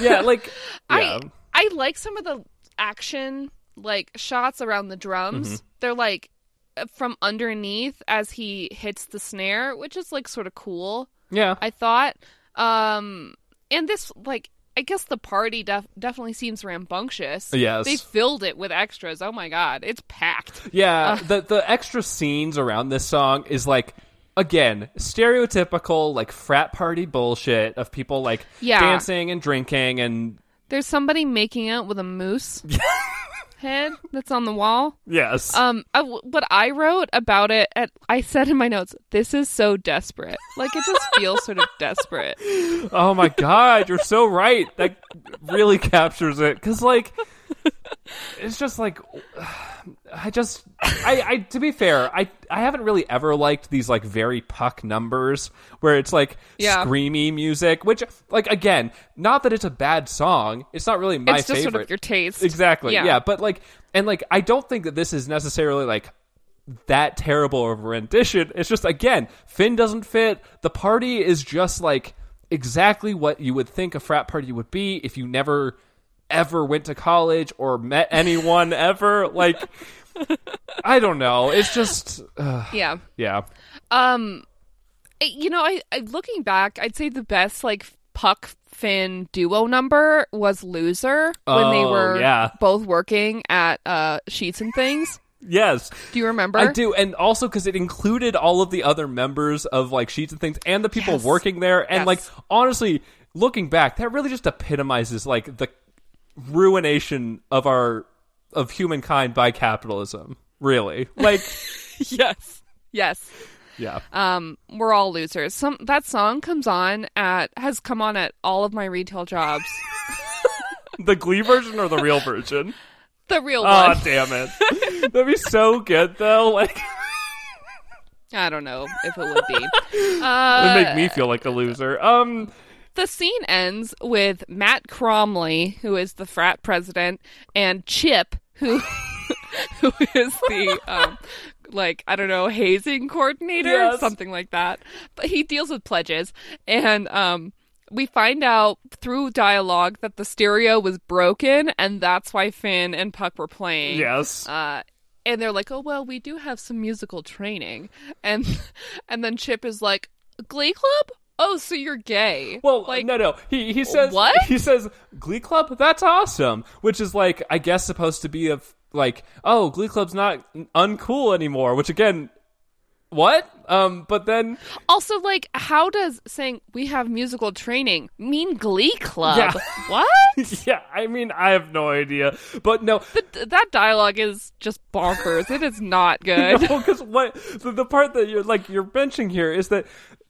yeah. Like. yeah.
I I like some of the action like shots around the drums.
Mm-hmm.
They're like uh, from underneath as he hits the snare, which is like sort of cool.
yeah.
I thought. Um and this like I guess the party def- definitely seems rambunctious.
Yes.
They filled it with extras. Oh my god, it's packed.
Yeah, the the extra scenes around this song is like again stereotypical like frat party bullshit of people like
Yeah.
dancing and drinking and
There's somebody making out with a moose head that's on the wall.
yes,
Um, I, what I wrote about it, at, I said in my notes, this is so desperate. Like it just feels sort of desperate.
oh my god, you're so right. That really captures it cuz like it's just like I just I, I to be fair, I I haven't really ever liked these like very puck numbers where it's like
Yeah.
screamy music, which like again, not that it's a bad song, it's not really my
it's just
favorite.
sort of your taste.
Exactly. Yeah.
Yeah.
But like, and like, I don't think that this is necessarily like that terrible of a rendition. It's just, again, Finn doesn't fit. The party is just like exactly what you would think a frat party would be if you never ever went to college or met anyone ever. Like, I don't know. It's just, uh,
Yeah.
yeah.
Um, I- you know, I, I looking back, I'd say the best like Puck Finn duo number was Loser when they
Oh,
were
yeah.
both working at uh Sheets and Things.
Yes.
Do you remember?
I do, and also because it included all of the other members of like Sheets and Things and the people
Yes.
working there, and
Yes.
like honestly, looking back, that really just epitomizes like the ruination of our of humankind by capitalism. Really, like
yes. Yes.
yeah,
um we're all losers some that song comes on at has come on at all of my retail jobs
the Glee version or the real version?
the real one.
Oh damn it, that'd be so good though. Like
i don't know if it would be uh
it'd make me feel like a loser. Um,
the scene ends with matt cromley who is the frat president and chip who who is the um like i don't know hazing coordinator
Yes.
something like that but he deals with pledges and um we find out through dialogue that the stereo was broken and that's why finn and puck were playing
yes,
uh, and they're like, "Oh well, we do have some musical training," and and then Chip is like, "Glee club? Oh, so you're gay?"
Well,
like,
no, no. He he says
What?
He says Glee Club. That's awesome. Which is like I guess supposed to be a f- like, oh, Glee Club's not uncool anymore, which again, what? Um, but then
Also, like, how does saying we have musical training mean Glee Club?
Yeah.
What?
yeah, I mean, I have no idea. But no,
But that dialogue is just bonkers. it is not good.
because what the, the part that you're like you're benching here is that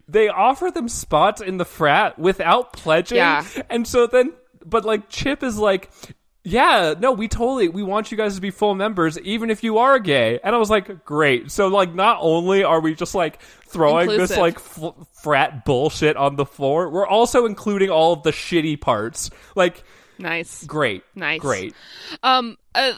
they offer them spots in the frat without pledging,
Yeah.
and so then, but like Chip is like. Yeah, no, we totally we want you guys to be full members, even if you are gay. And I was like, great. So like, not only are we just like throwing
Inclusive.
this like f- frat bullshit on the floor, we're also including all of the shitty parts. Like,
Nice.
great,
Nice.
great.
Um, uh,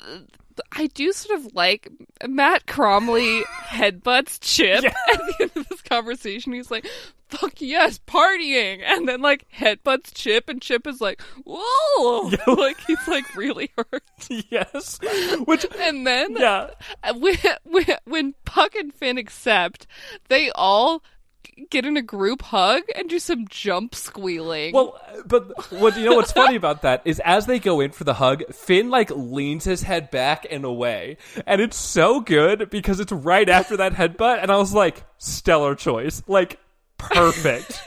I do sort of like Matt Cromley headbutts Chip at the end of this conversation. He's like, "Fuck yes, partying," and then like headbutts Chip, and Chip is like, "Whoa!" like he's like really hurt.
yes, which
And then
yeah,
when, when, when Puck and Finn accept, they all g- get in a group hug and do some jump squealing.
Well, but what you know what's funny about that is as they go in for the hug, Finn like leans his head back and away, and it's so good because it's right after that headbutt, and I was like, stellar choice, like perfect,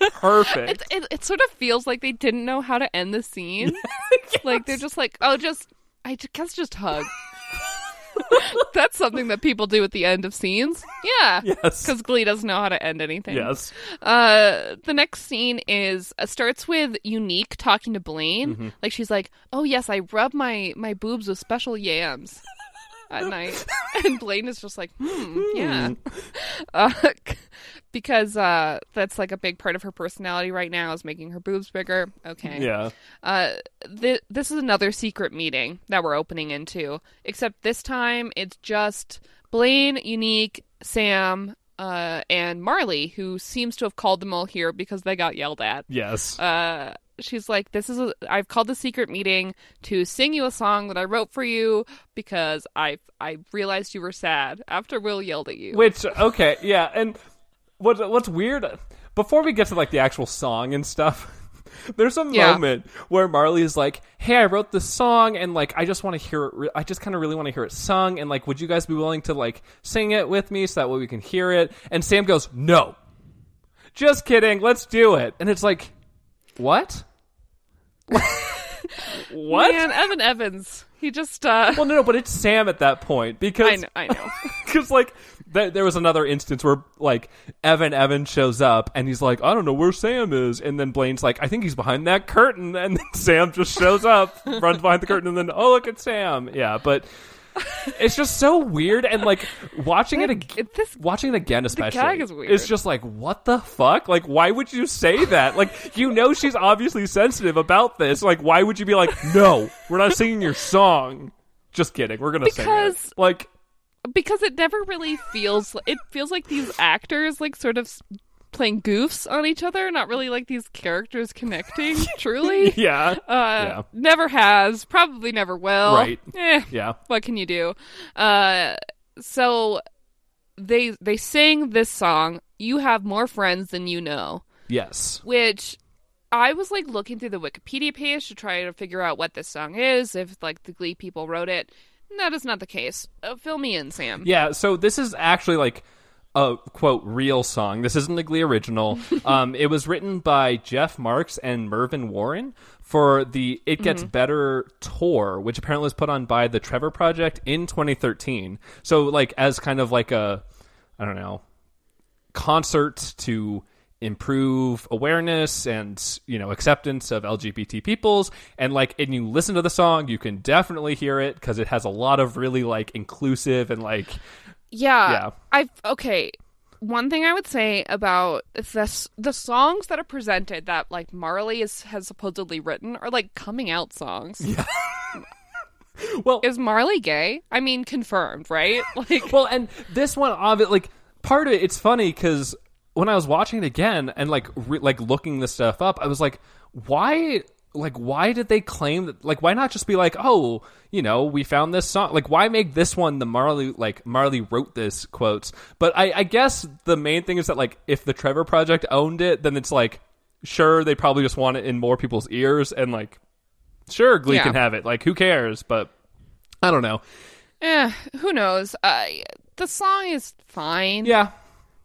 it,
perfect.
it, it sort of feels like they didn't know how to end the scene. Like they're just like, oh, just I ju- guess just hug. That's something that people do at the end of scenes. Yeah,
Yes,
because Glee doesn't know how to end anything.
yes,
Uh, the next scene is uh, starts with Unique talking to Blaine.
Mm-hmm.
Like she's like, "Oh yes, I rub my my boobs with special yams." At night, and Blaine is just like, hmm, yeah, uh, because uh, that's like a big part of her personality right now is making her boobs bigger. Okay,
yeah,
uh, th- this is another secret meeting that we're opening into, except this time it's just Blaine, Unique, Sam, uh, and Marley, who seems to have called them all here because they got yelled at.
yes.
Uh, she's like, "This is a- I've called the secret meeting to sing you a song that I wrote for you because I I realized you were sad after Will yelled at you."
Which okay, yeah, and what what's weird before we get to like the actual song and stuff. There's a
Yeah.
moment where Marley is like, "Hey, I wrote this song and like I just want to hear it re- I just kind of really want to hear it sung and like would you guys be willing to like sing it with me so that way we can hear it?" And Sam goes, "No." Just kidding. Let's do it. And it's like, "What?" what?
Man, Evan Evans, he just uh,
Well, no, no, but it's Sam at that point because
I know, I know.
because like th- there was another instance where like Evan Evan shows up and he's like, I don't know where Sam is, and then Blaine's like, I think he's behind that curtain, and then Sam just shows up, runs behind the curtain, and then oh look at Sam, yeah. But it's just so weird, and like watching it again.
It- this
Watching it again, especially,
gag is weird.
It's just like, what the fuck? Like, why would you say that? Like, you know, she's obviously sensitive about this. Like, why would you be like, no, we're not singing your song? Just kidding. We're gonna sing
Because-
it. Like,
because it never really feels it feels like these actors like sort of s- playing goofs on each other not really like these characters connecting truly
yeah.
uh never has probably never will
Right.
Eh,
Yeah.
what can you do uh so they they sing this song you have more friends than you know
Yes.
which I was like looking through the Wikipedia page to try to figure out what this song is, if like the Glee people wrote it. And That is not the case. Uh, fill me in, Sam.
Yeah. So this is actually like a quote real song. This isn't a Glee original. um, it was written by Jeff Marks and Mervyn Warren for the It Gets Better tour, which apparently was put on by the Trevor Project in 2013. So like as kind of like a I don't know concert to improve awareness and you know acceptance of lgbt peoples and like and you listen to the song you can definitely hear it because it has a lot of really like inclusive and like
Yeah.
Yeah.
I've okay. One thing I would say about this the songs that are presented that like Marley is has supposedly written are like coming out songs.
well
Is Marley gay? I mean confirmed, right? Like
well and this one of it like part of it, it's funny because when i was watching it again and like re- like looking this stuff up i was like why like why did they claim that like why not just be like oh you know we found this song like why make this one the marley like marley wrote this quotes but i i guess the main thing is that like if the trevor project owned it then it's like sure they probably just want it in more people's ears and like sure glee
Yeah.
can have it like who cares but I don't know.
Eh, who knows? Uh, the song is fine.
Yeah,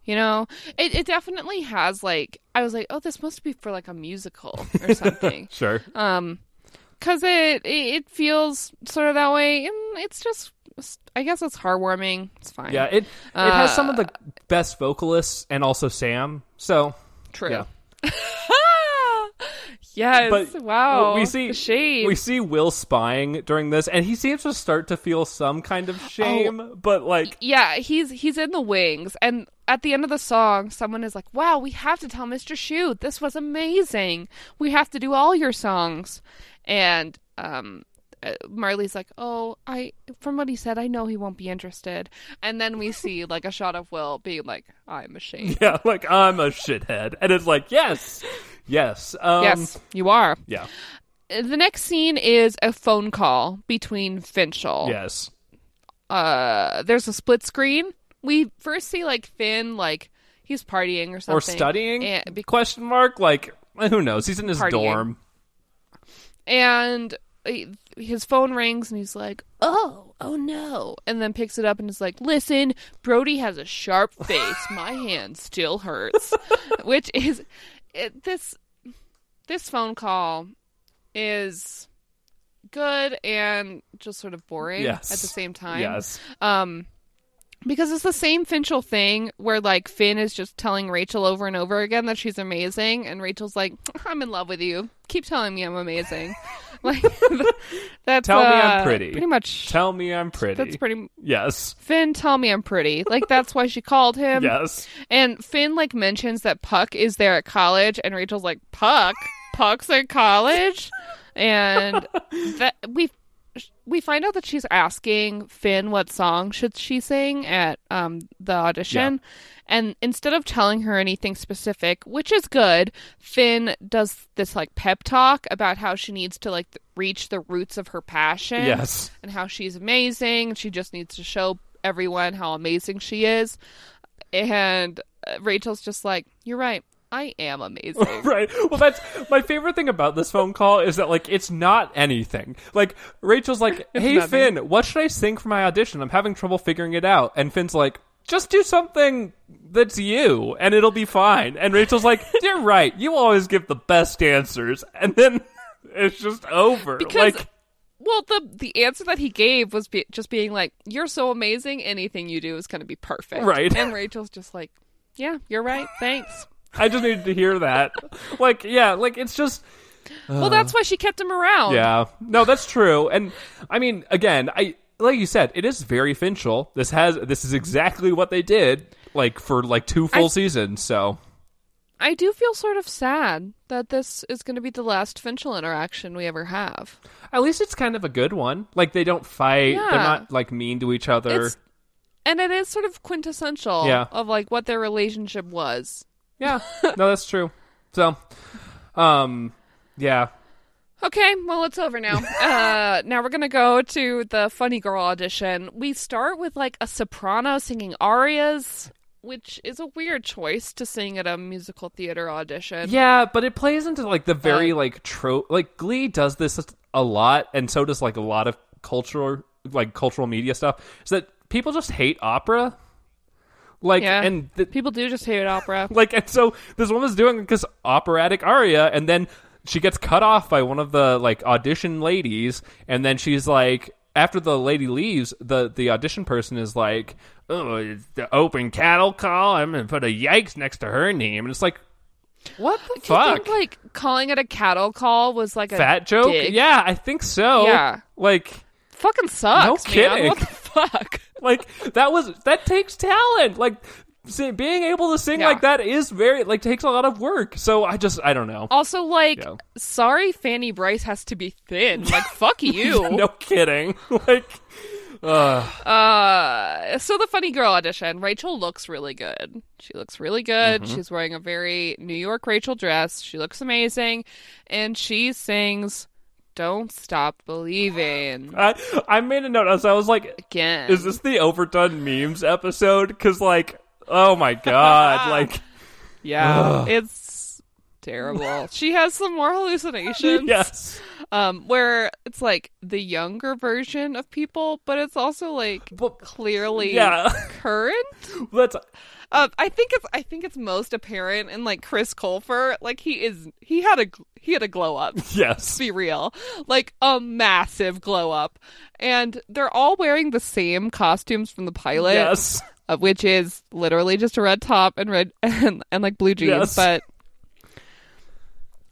You know, it, it definitely has like I was like, oh, this must be for like a musical or something,
sure.
um, because it, it it feels sort of that way, and it's just I guess it's heartwarming. It's fine.
Yeah, it it has some of the best vocalists and also Sam. So
true.
yeah.
yes.
But
wow.
we see
the shade.
we see Will spying during this, and he seems to start to feel some kind
Oh.
of shame. But like,
yeah, he's he's in the wings, and at the end of the song, someone is like, "Wow, we have to tell Mr. Shue this was amazing. We have to do all your songs." And um, uh, Marley's like, "Oh, I from what he said, I know he won't be interested." And then we see like a shot of Will being like, "I'm ashamed.
yeah, like I'm a shithead, and it's like, yes, yes, um,
yes, you are."
yeah,
The next scene is a phone call between Finchel.
yes,
Uh, there's a split screen. We first see like Finn like. He's partying or something.
or studying?
And- be-
question mark? Like, who knows? He's in his
Partying.
dorm.
and he- his phone rings and he's like oh oh no and then picks it up and is like listen brody has a sharp face my hand still hurts which is it, this this phone call is good and just sort of boring
Yes.
at the same time
Yes,
um because it's the same Finchel thing where like Finn is just telling Rachel over and over again that she's amazing and Rachel's like I'm in love with you. Keep telling me I'm amazing. like that's
Tell me I'm
uh,
pretty.
Pretty much
tell me I'm pretty.
that's pretty
yes,
Finn tell me I'm pretty. Like that's why she called him.
yes,
And Finn like mentions that Puck is there at college and Rachel's like Puck, Puck's at college and that we we find out that she's asking Finn what song should she sing at um the audition. And instead of telling her anything specific, which is good, Finn does this like pep talk about how she needs to like th- reach the roots of her passion
yes.
and how she's amazing. She just needs to show everyone how amazing she is. And uh, Rachel's just like, "You're right. I am amazing."
Right. Well, that's my favorite thing about this phone call is that like it's not anything. Like Rachel's like, "Hey
nothing.
Finn, what should I sing for my audition? I'm having trouble figuring it out." And Finn's like, "Just do something that's you, and it'll be fine." And Rachel's like, "You're right. You always give the best answers." And then it's just over.
Because
like,
well, the the answer that he gave was be- just being like, "You're so amazing. Anything you do is going to be perfect."
Right.
And Rachel's just like, "Yeah, you're right. Thanks."
I just needed to hear that. like, yeah, like it's just
well, that's why she kept him around.
Yeah. No, that's true. And I mean, again, I like you said, it is very Finchel. This has this is exactly what they did like for like two full
I-
seasons. So
I do feel sort of sad that this is going to be the last Finchel interaction we ever have.
at least it's kind of a good one. Like they don't fight. They're
Yeah.
not like mean to each other.
It's- and it is sort of quintessential
Yeah.
of like what their relationship was.
Yeah. no, that's true. So, um, yeah.
Okay, well it's over now. uh, now we're gonna go to the funny girl audition. We start with like a soprano singing arias, which is a weird choice to sing at a musical theater audition.
Yeah, but it plays into like the very
But-
like trope. Like Glee does this a lot, and so does like a lot of cultural like cultural media stuff. Is that people just hate opera? Like
Yeah.
and th-
People do just hate opera.
like and so this woman's doing this operatic aria and then she gets cut off by one of the like audition ladies and then she's like after the lady leaves the the audition person is like oh it's the open cattle call i'm gonna put a yikes next to her name and it's like what the
Do you
fuck
think like calling it a cattle call was like a
fat joke
dig?
yeah i think so
Yeah.
like
Fucking sucks.
No
man.
kidding.
What the fuck?
like that was that takes talent like si- being able to sing
Yeah.
like that is very like takes a lot of work so i just i don't know
Also, like,
Yeah.
sorry, Fanny Bryce has to be thin. Like, fuck you.
no kidding like
Uh, so the funny girl audition. Rachel looks really good. She looks really good.
Mm-hmm.
She's wearing a very New York Rachel dress. She looks amazing, and she sings "Don't Stop Believing"
I I made a note. I was, I was like,
again.
Uh, is this the overdone memes episode? Because like, oh my god, like
yeah, it's terrible. she has some more hallucinations.
yes,
um, where it's like the younger version of people, but it's also like
Well,
clearly
yeah.
current.
That's
Um, I think it's I think it's most apparent in like Chris Colfer. Like he is he had a he had a glow up. Let's
yes.
be real, like a massive glow up, and they're all wearing the same costumes from the pilot,
Yes.
uh, which is literally just a red top and red and, and like blue jeans,
Yes.
but.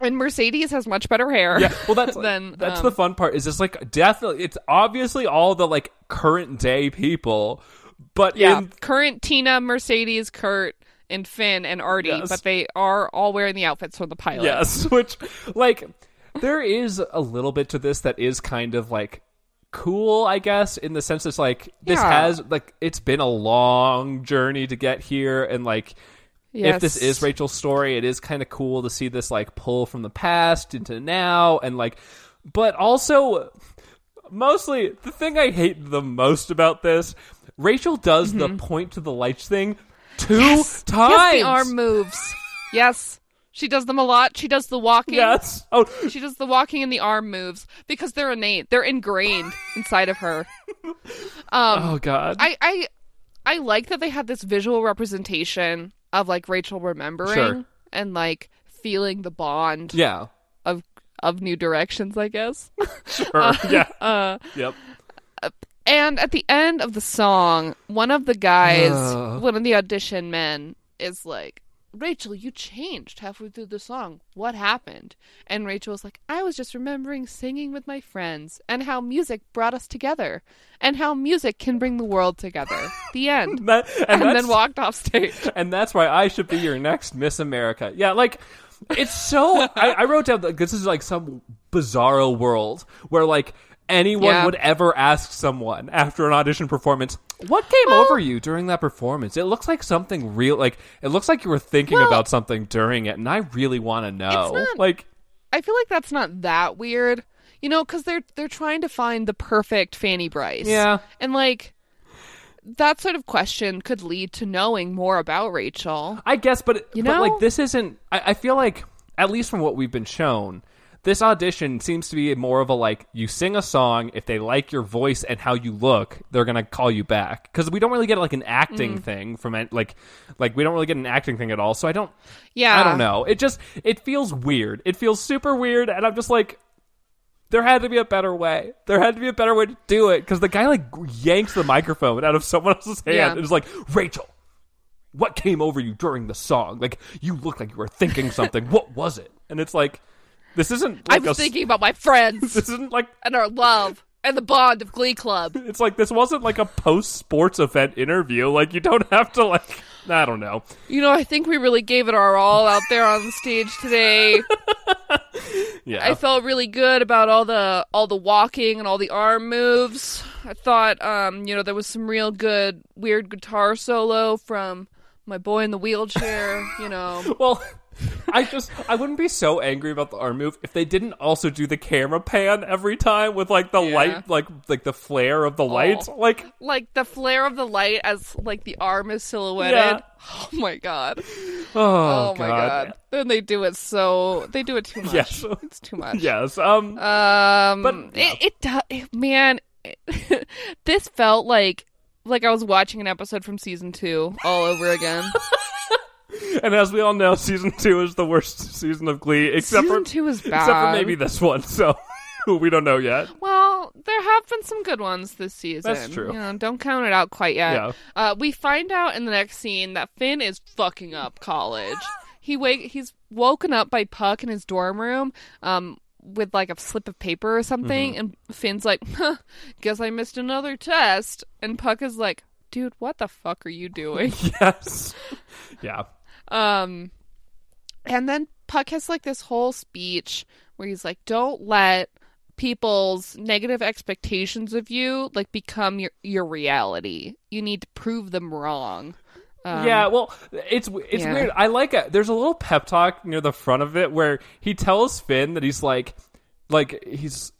And Mercedes has much better hair.
Yeah. Well, that's
Then,
that's
um,
the fun part. Is just like definitely. It's obviously all the like current day people, but
Yeah.
in
Current Tina, Mercedes, Kurt, and Finn and Artie,
Yes.
but they are all wearing the outfits from the pilot.
Yes, which like there is a little bit to this that is kind of like cool, I guess, in the sense it's like this
Yeah.
has like it's been a long journey to get here and like if this
Yes.
is Rachel's story, it is kind of cool to see this like pull from the past into now and like but also mostly the thing I hate the most about this, Rachel does the point to the lights thing two times.
Mm-hmm. Yes, the arm moves. yes. She does them a lot. She does the walking.
Yes. Oh,
She does the walking and the arm moves because they're innate. They're ingrained inside of her.
oh god.
Um, I I I like that they had this visual representation of like Rachel remembering
Sure.
and like feeling the bond
yeah.
of of new directions, I guess.
Sure.
Uh,
yeah. yep.
And at the end of the song, one of the guys,
Ugh.
one of the audition men, is like, Rachel, you changed halfway through the song. What happened? And Rachel's like, I was just remembering singing with my friends and how music brought us together and how music can bring the world together. The end.
That- and,
and
that's,
then walked off stage.
and that's why I should be your next Miss America. Yeah, like it's so. I, I wrote down that this is like some bizarro world where like anyone
Yeah.
would ever ask someone after an audition performance, "What came over you during that performance?" It looks like something real. Like it looks like you were thinking
Well-
about something during it, and I really want to know.
not-
like,
I feel like that's not that weird, you know, because they're they're trying to find the perfect Fanny Bryce.
Yeah.
and like that sort of question could lead to knowing more about Rachel.
I guess, but
You
but
know?
like this isn't. I, I feel like at least from what we've been shown, this audition seems to be more of a like you sing a song. If they like your voice and how you look, they're gonna call you back because we don't really get like an acting
Mm.
thing from it. Like like we don't really get an acting thing at all. So I don't.
Yeah,
I don't know. It just it feels weird. It feels super weird, and I'm just like. There had to be a better way. There had to be a better way to do it because the guy like yanks the microphone out of someone else's hand
Yeah.
and is like, "Rachel, what came over you during the song? Like you looked like you were thinking something. what was it? And it's like this isn't
I
like a
was
s-
thinking about my friends
this isn't like
and our love and the bond of Glee Club.
it's like this wasn't like a post sports event interview. Like you don't have to like I don't know.
You know, I think we really gave it our all out there on the stage today.
Yeah.
I felt really good about all the all the walking and all the arm moves. I thought, um, you know, there was some real good weird guitar solo from my boy in the wheelchair. You know,
well, I just I wouldn't be so angry about the arm move if they didn't also do the camera pan every time with like the
Yeah. Oh.
light like like the flare of the lights. Like
like the flare of the light as like the arm is silhouetted.
Yeah.
Oh my god!
oh,
Oh, my god! Then they do it so they do it too much.
Yes.
It's too much.
Yes. Um
Um,
But-
it, it do- it- man, it- this felt like like I was watching an episode from season two all over again.
and as we all know, season two is the worst season of Glee except
season
for
two is bad.
except for maybe this one. So we don't know yet.
Well, there have been some good ones this season.
That's true.
You know, don't count it out quite yet.
Yeah.
Uh, we find out in the next scene that Finn is fucking up college. he wake he's woken up by Puck in his dorm room. Um. With like a slip of paper or something,
Mm-hmm.
and Finn's like, huh, "Guess I missed another test." And Puck is like, "Dude, what the fuck are you doing?"
Yes. Yeah.
Um, and then Puck has like this whole speech where he's like, "Don't let people's negative expectations of you like become your your reality. You need to prove them wrong." Um,
yeah. Well, it's it's
yeah.
weird. I like it. There's a little pep talk near the front of it where he tells Finn that he's like, like he's.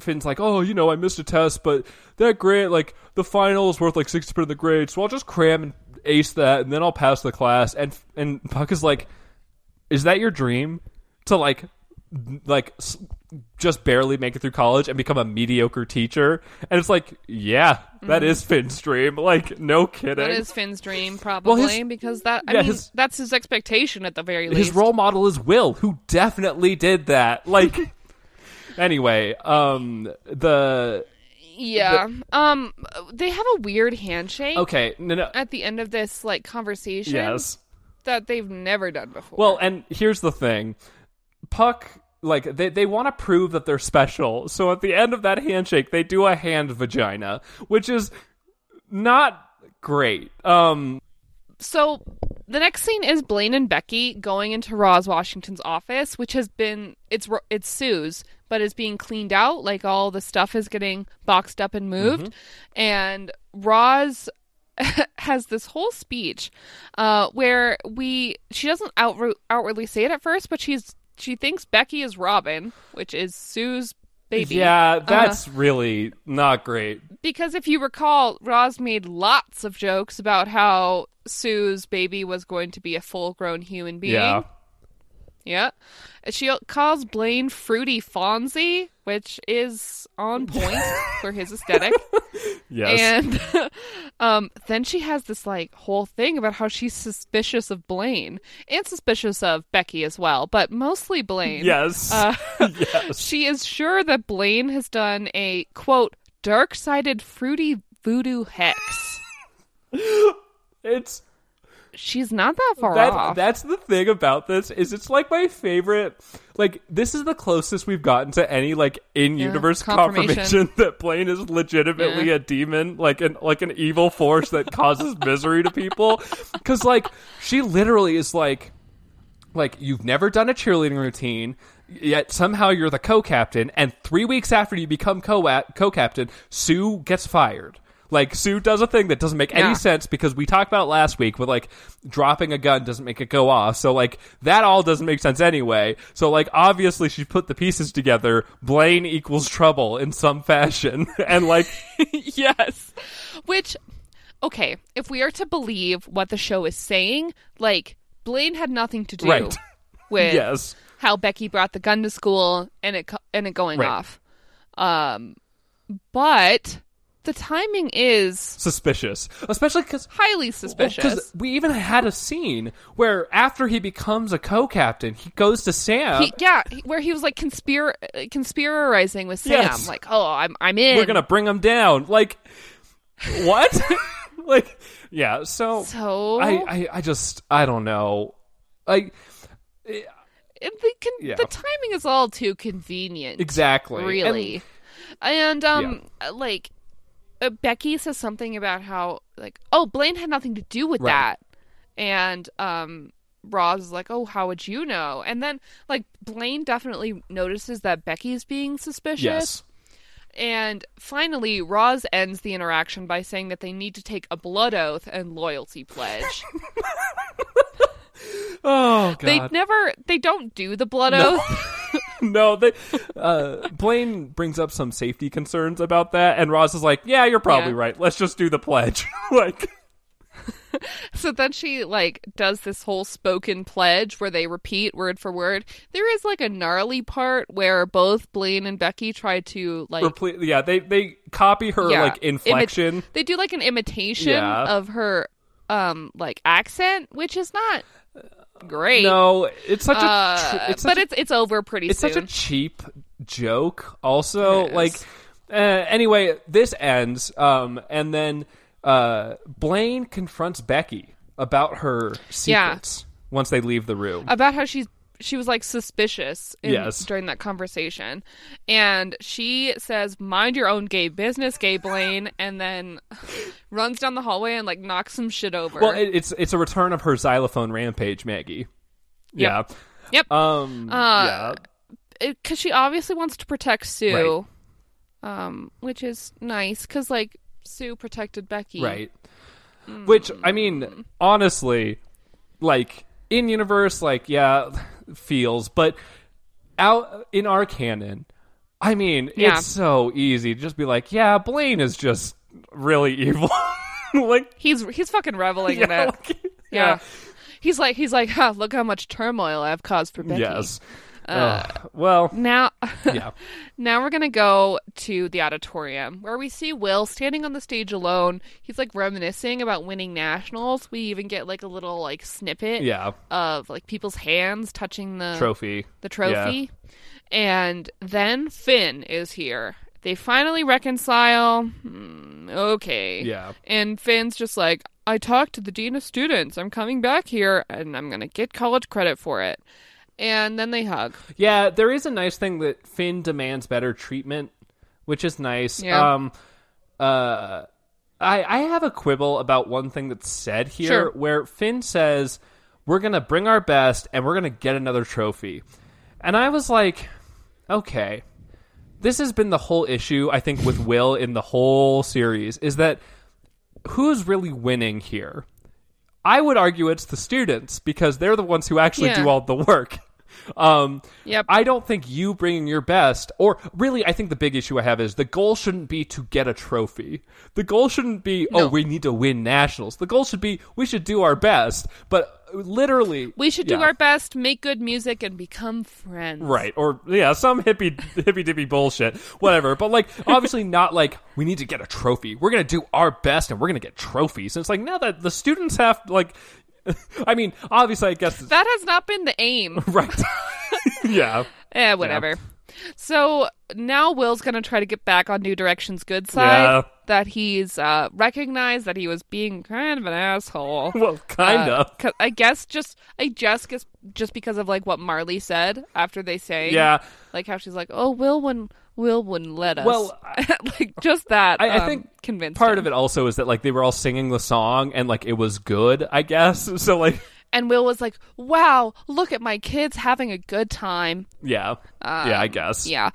Finn's like, oh, you know, I missed a test, but that grade, like, the final is worth like sixty percent of the grade, so I'll just cram and ace that, and then I'll pass the class. And and Puck is like, is that your dream to like, like s- just barely make it through college and become a mediocre teacher. And it's like, yeah, that is Finn's dream. Like, no kidding.
Mm-hmm. That is Finn's dream, probably,
his-
because that I
yeah,
mean
his-
that's his expectation at the very least.
His role model is Will, who definitely did that. Like, anyway, um, the
yeah. um, they have a weird handshake
okay, no, no,
at the end of this like conversation
yes.
that they've never done before.
Well, and here's the thing, Puck. Like they, they want to prove that they're special. So at the end of that handshake, they do a hand vagina, which is not great. Um,
so the next scene is Blaine and Becky going into Roz Washington's office, which has been it's Ro- it's Sue's, but is being cleaned out. Like all the stuff is getting boxed up and moved, and Roz has this whole speech uh, where we she doesn't out- outwardly say it at first, but she's she thinks Becky is Robin, which is Sue's baby.
yeah, that's really not great.
Because if you recall, Roz made lots of jokes about how Sue's baby was going to be a full grown human being.
Yeah,
Yeah. She calls Blaine Fruity Fonzie, which is on point for his aesthetic.
yes.
and um, then she has this like whole thing about how she's suspicious of Blaine and suspicious of Becky as well, but mostly Blaine.
Yes.
Uh,
yes.
She is sure that Blaine has done a quote dark sided fruity voodoo hex.
It's
She's not that far
that
off.
that's the thing about this is it's like my favorite like this is the closest we've gotten to any like in universe confirmation.
confirmation.
that Blaine is legitimately
Yeah.
a demon, like an like an evil force that causes misery to people. Cause like she literally is like like you've never done a cheerleading routine yet somehow you're the co-captain and 3 weeks after you become co- co-captain Sue gets fired like Sue does a thing that doesn't make
Yeah.
any sense because we talked about it last week with like dropping a gun doesn't make it go off so like that all doesn't make sense anyway so like obviously she put the pieces together Blaine equals trouble in some fashion and like
yes. Which, okay, if we are to believe what the show is saying, like Blaine had nothing to do
Right.
with
yes
how Becky brought the gun to school and it co- and it going
Right.
off. Um, but the timing is
suspicious especially cuz
highly suspicious.
Because we even had a scene where after he becomes a co-captain, he goes to Sam.
he, yeah, he- where he was like conspir- uh, conspirorizing with Sam,
Yes.
like, "Oh, I'm I'm in."
We're gonna bring him down. Like what? like yeah. So,
so
I, I I just I don't know. Like
and the, con-
Yeah.
the timing is all too convenient.
exactly. And-
really. And, um, uh, like uh, Becky says something about how like, oh, Blaine had nothing to do with
Right.
that, and um, Roz is like, oh, how would you know? And then like Blaine definitely notices that Becky's being suspicious.
yes.
And finally, Roz ends the interaction by saying that they need to take a blood oath and loyalty pledge.
Oh god.
they never, they don't do the blood oath.
no, they uh Blaine brings up some safety concerns about that and Ross is like, "Yeah, you're probably
Yeah.
right. Let's just do the pledge." like
So then she like does this whole spoken pledge where they repeat word for word. There is like a gnarly part where both Blaine and Becky try to like
repli- yeah, they they copy her
yeah,
like
imi-
inflection.
they do like an imitation
Yeah.
of her um like accent, which is not great.
Uh, No, it's such a
Uh,
tr- it's such
but
a,
it's it's over pretty
it's
soon.
such a cheap joke. Also,
It is.
like uh, anyway, this ends, um, and then uh, Blaine confronts Becky about her
Yeah. Uh,
secrets once they leave the room.
about how she's she was like suspicious in,
Yes.
during that conversation and she says mind your own gay business gay blaine and then runs down the hallway and like knocks some shit over
well, it, it's it's a return of her xylophone rampage, Maggie. Yeah.
Yep. Yep.
Um.
Uh,
yeah.
because she obviously wants to protect sue um which is nice because like sue protected becky
Right. Which I
Hmm.
mean, honestly, like in universe, like yeah, feels, but out in our canon, I mean,
Yeah.
it's so easy to just be like, yeah, Blaine is just really evil. like,
he's he's fucking reveling in
yeah,
it
like-
yeah. he's like he's like huh, look how much turmoil i've caused for becky
Yes.
Uh,
Ugh. well,
now,
yeah.
now we're gonna go to the auditorium where we see Will standing on the stage alone. He's like reminiscing about winning nationals. We even get like a little like snippet
Yeah.
of like people's hands touching the
Trophy.
the trophy. And then Finn is here. They finally reconcile. Hmm, okay.
Yeah.
And Finn's just like, I talked to the dean of students. I'm coming back here and I'm going to get college credit for it. And then they hug.
Yeah, there is a nice thing that Finn demands better treatment, which is nice.
Yeah.
Um uh I I have a quibble about one thing that's said here
Sure.
where Finn says we're going to bring our best and we're going to get another trophy. And I was like, okay. This has been the whole issue I think with Will in the whole series is that who's really winning here? I would argue it's the students because they're the ones who actually
Yeah.
do all the work. Um,
Yep.
I don't think you bringing your best, or really, I think the big issue I have is the goal shouldn't be to get a trophy. The goal shouldn't be, oh,
No.
we need to win nationals. The goal should be, we should do our best. But literally,
we should do
yeah.
our best, make good music, and become friends.
Right or yeah, some hippie hippy dippy bullshit, whatever. But like, obviously not like we need to get a trophy. We're gonna do our best and we're gonna get trophies. And it's like now that the students have like, I mean, obviously I guess it's-
That has not been the aim.
right, yeah,
eh, whatever. So now Will's going to try to get back on New Direction's good side.
Yeah.
That he's uh, recognized that he was being kind of an asshole.
well, kind
Uh,
of.
'cause I guess just I just guess just because of like what Marley said after they say
Yeah.
like how she's like oh Will wouldn't Will wouldn't let us
Well,
like just that
I- I
um,
think
convinced
Part of it also is that like they were all singing the song and like it was good, I guess. So like,
and Will was like wow look at my kids having a good time
yeah, yeah, I guess.
Um, yeah.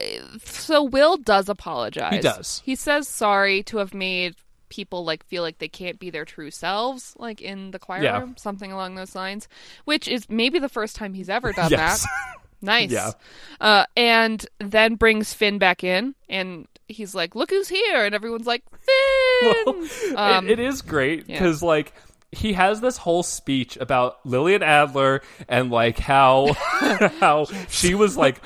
Uh, So Will does apologize.
He does.
He says sorry to have made people like feel like they can't be their true selves, like in the choir
Yeah.
room, something along those lines. Which is maybe the first time he's ever done
Yes.
that. Nice.
Yeah.
Uh, and then brings Finn back in, and he's like, "Look who's here!" And everyone's like, "Finn." um,
it, it is great because like he has this whole speech about Lillian Adler and like how how she was like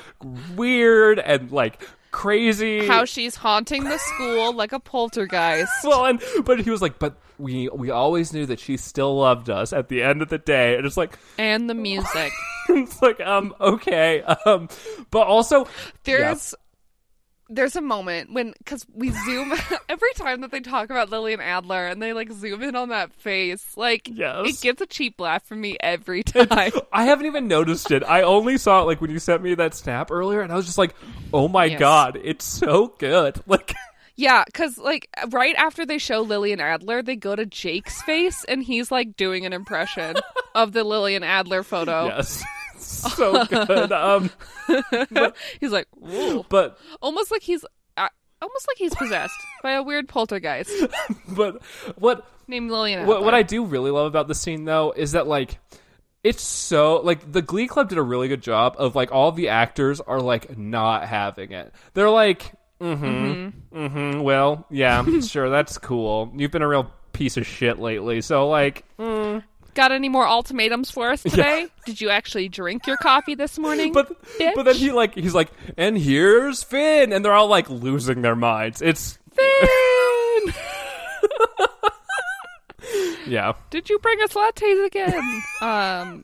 weird and like crazy.
how she's haunting the school like a poltergeist.
well, and but he was like, but we we always knew that she still loved us at the end of the day, and it's like
and the music.
it's like um okay um, but also
There's there's a moment when because we zoom every time that they talk about Lillian Adler and they like zoom in on that face, like
Yes.
it gets a cheap laugh from me every time.
I haven't even noticed it. I only saw it like when you sent me that snap earlier, and I was just like, "Oh my
Yes.
god, it's so good!" Like,
yeah, because like right after they show Lillian Adler, they go to Jake's face and he's like doing an impression of the Lillian Adler photo.
yes, so good. Um,
He's like, Ooh.
but
almost like he's. Uh, Almost like he's possessed by a weird poltergeist
but what
named Lillian.
what what
Adler.
I do really love about this scene though is that like it's so like the Glee Club did a really good job of like all the actors are like not having it. They're like, mm-hmm, mm-hmm. Well, yeah, sure, that's cool. You've been a real piece of shit lately, so like.
Got any more ultimatums for us today? Did you actually drink your coffee this morning?
But
bitch.
but then he like he's like, and here's Finn, and they're all like losing their minds. It's
Finn,
yeah,
did you bring us lattes again? Um,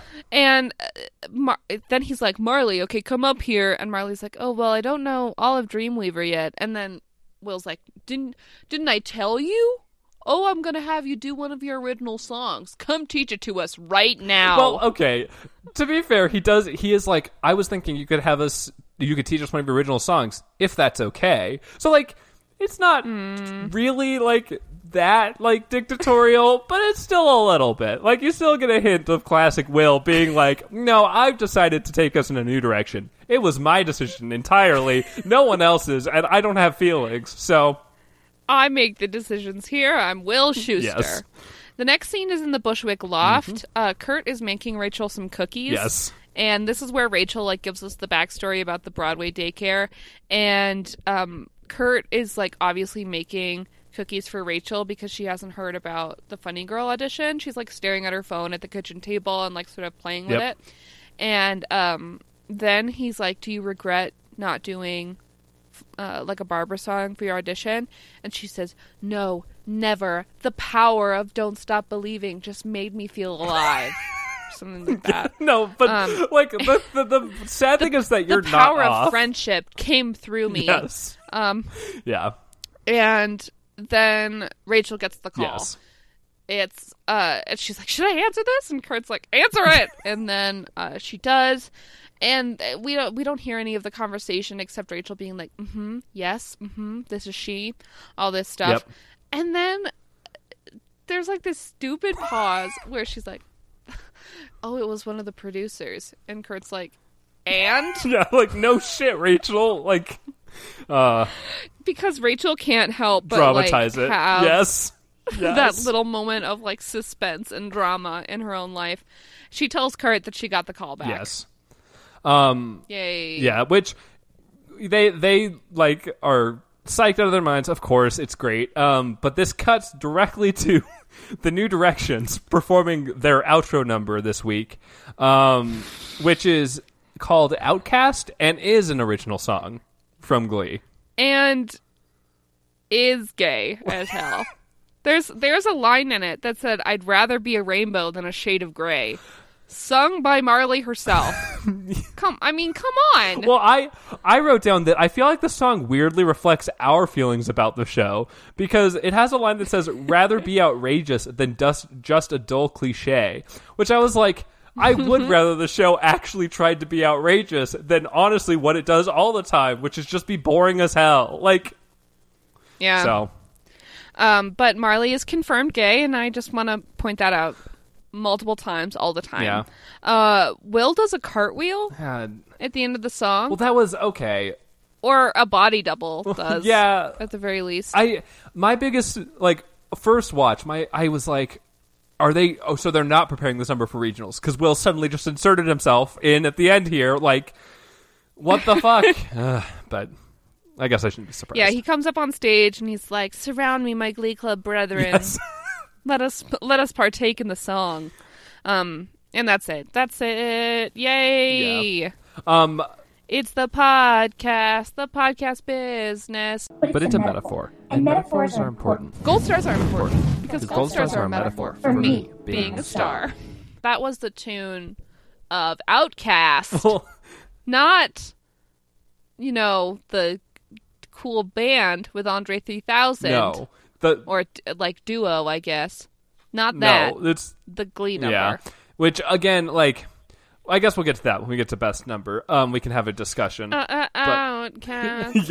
Yeah.
And uh, Mar- then he's like, Marley, okay, come up here. And Marley's like, oh well, I don't know all of Dreamweaver yet. And then Will's like, didn't didn't I tell you? Oh, I'm gonna have you do one of your original songs. Come teach it to us right now.
Well, okay. To be fair, he does. He is like, I was thinking you could have us, you could teach us one of your original songs, if that's okay. So like, it's not really like that like dictatorial, but it's still a little bit. Like you still get a hint of classic Will being like, no, I've decided to take us in a new direction. It was my decision entirely, no one else's, and I don't have feelings. So
I make the decisions here. I'm Will Schuster.
Yes.
The next scene is in the Bushwick loft. Uh, Kurt is making Rachel some cookies.
Mm-hmm. Yes.
And this is where Rachel like gives us the backstory about the Broadway daycare, and um, Kurt is like obviously making cookies for Rachel because she hasn't heard about the Funny Girl audition. She's like staring at her phone at the kitchen table and like sort of playing with
Yep.
it. And um, then he's like, "Do you regret not doing uh, like a Barbara song for your audition?" And she says, "No, never. The power of Don't Stop Believing just made me feel alive." Something like that.
No, but
Um,
like the, the the sad thing is that you're
the power
not
of
off.
friendship came through me.
Yes.
Um,
Yeah.
and then Rachel gets the call.
Yes.
It's uh, and she's like, "Should I answer this?" And Kurt's like, "Answer it." and then uh, she does, and uh, we don't we don't hear any of the conversation except Rachel being like, "Mm-hmm, yes, mm-hmm, this is she," all this stuff,
Yep.
and then uh, there's like this stupid pause where she's like, "Oh, it was one of the producers," and Kurt's like, "And."
Yeah. Like no shit, Rachel. Like, uh,
because Rachel can't help but
dramatize
like,
it.
have
Yes. Yes.
that little moment of like suspense and drama in her own life. She tells Kurt that she got the call back.
Yes. Um.
Yay.
Yeah, which they they like are psyched out of their minds. Of course, it's great. Um, but this cuts directly to the New Directions performing their outro number this week, um, which is called "Outcast" and is an original song from Glee.
And is gay as hell. There's there's a line in it that said, "I'd rather be a rainbow than a shade of gray," sung by Marley herself. come, I mean, come on.
Well, I I wrote down that I feel like the song weirdly reflects our feelings about the show because it has a line that says "rather be outrageous than just just a dull cliche," which I was like. I would rather the show actually tried to be outrageous than honestly what it does all the time, which is just be boring as hell. Like
yeah.
so,
Um, but Marley is confirmed gay, and I just want to point that out multiple times, all the time.
Yeah.
Uh, Will does a cartwheel
God.
at the end of the song,
well, that was okay.
or a body double does.
yeah.
At the very least.
I my biggest like first watch, my I was like, are they? Oh, so they're not preparing this number for regionals because Will suddenly just inserted himself in at the end here. Like, what the fuck? Ugh, but I guess I shouldn't be surprised.
yeah, he comes up on stage and he's like, "Surround me, my Glee Club brethren.
Yes.
Let us let us partake in the song." Um, and that's it. That's it. Yay!
um,
It's the podcast, the podcast business.
but it's a metaphor, and metaphors are important.
Gold stars are important because gold, stars, are a metaphor,
for
for
me
me being a star. That was the tune of Outcast,
Well,
not you know the cool band with Andre 3000
no, the
or t- like duo, I guess. Not that
no, it's
the Glee number.
Yeah. Which again, like, I guess we'll get to that when we get to best number. Um, we can have a discussion.
Uh, uh, outcast.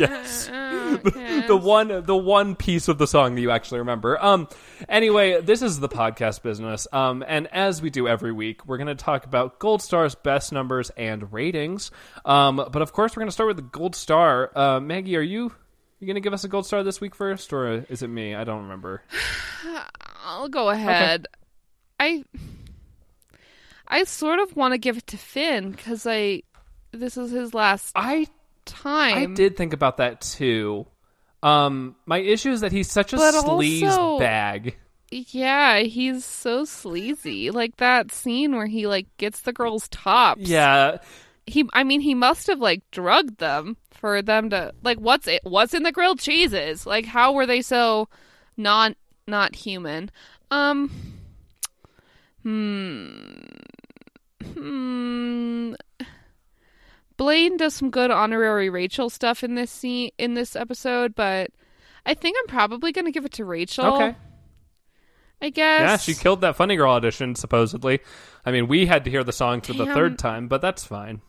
Yes.
uh,
The-
outcast.
the one the one piece of the song that you actually remember. Um anyway, this is the podcast business. Um and as we do every week, we're going to talk about Gold Star's best numbers and ratings. Um but of course, we're going to start with the Gold Star. Uh Maggie, are you you going to give us a Gold Star this week first or is it me? I don't remember.
I'll go ahead. I I sort of want to give it to Finn because I this is his last
I I
time.
did think about that too. Um my issue is that he's such a
But
sleaze
also-
bag.
Yeah, he's so sleazy. Like that scene where he like gets the girls' tops.
Yeah.
He I mean he must have like drugged them for them to like what's it what's in the grilled cheeses? Like how were they so non not human? Um Hmm. Hmm. Blaine does some good honorary Rachel stuff in this scene in this episode, but I think I'm probably gonna give it to Rachel.
Okay.
I guess.
Yeah, she killed that funny girl audition, supposedly. I mean, we had to hear the song for the
Damn.
third time, but that's fine.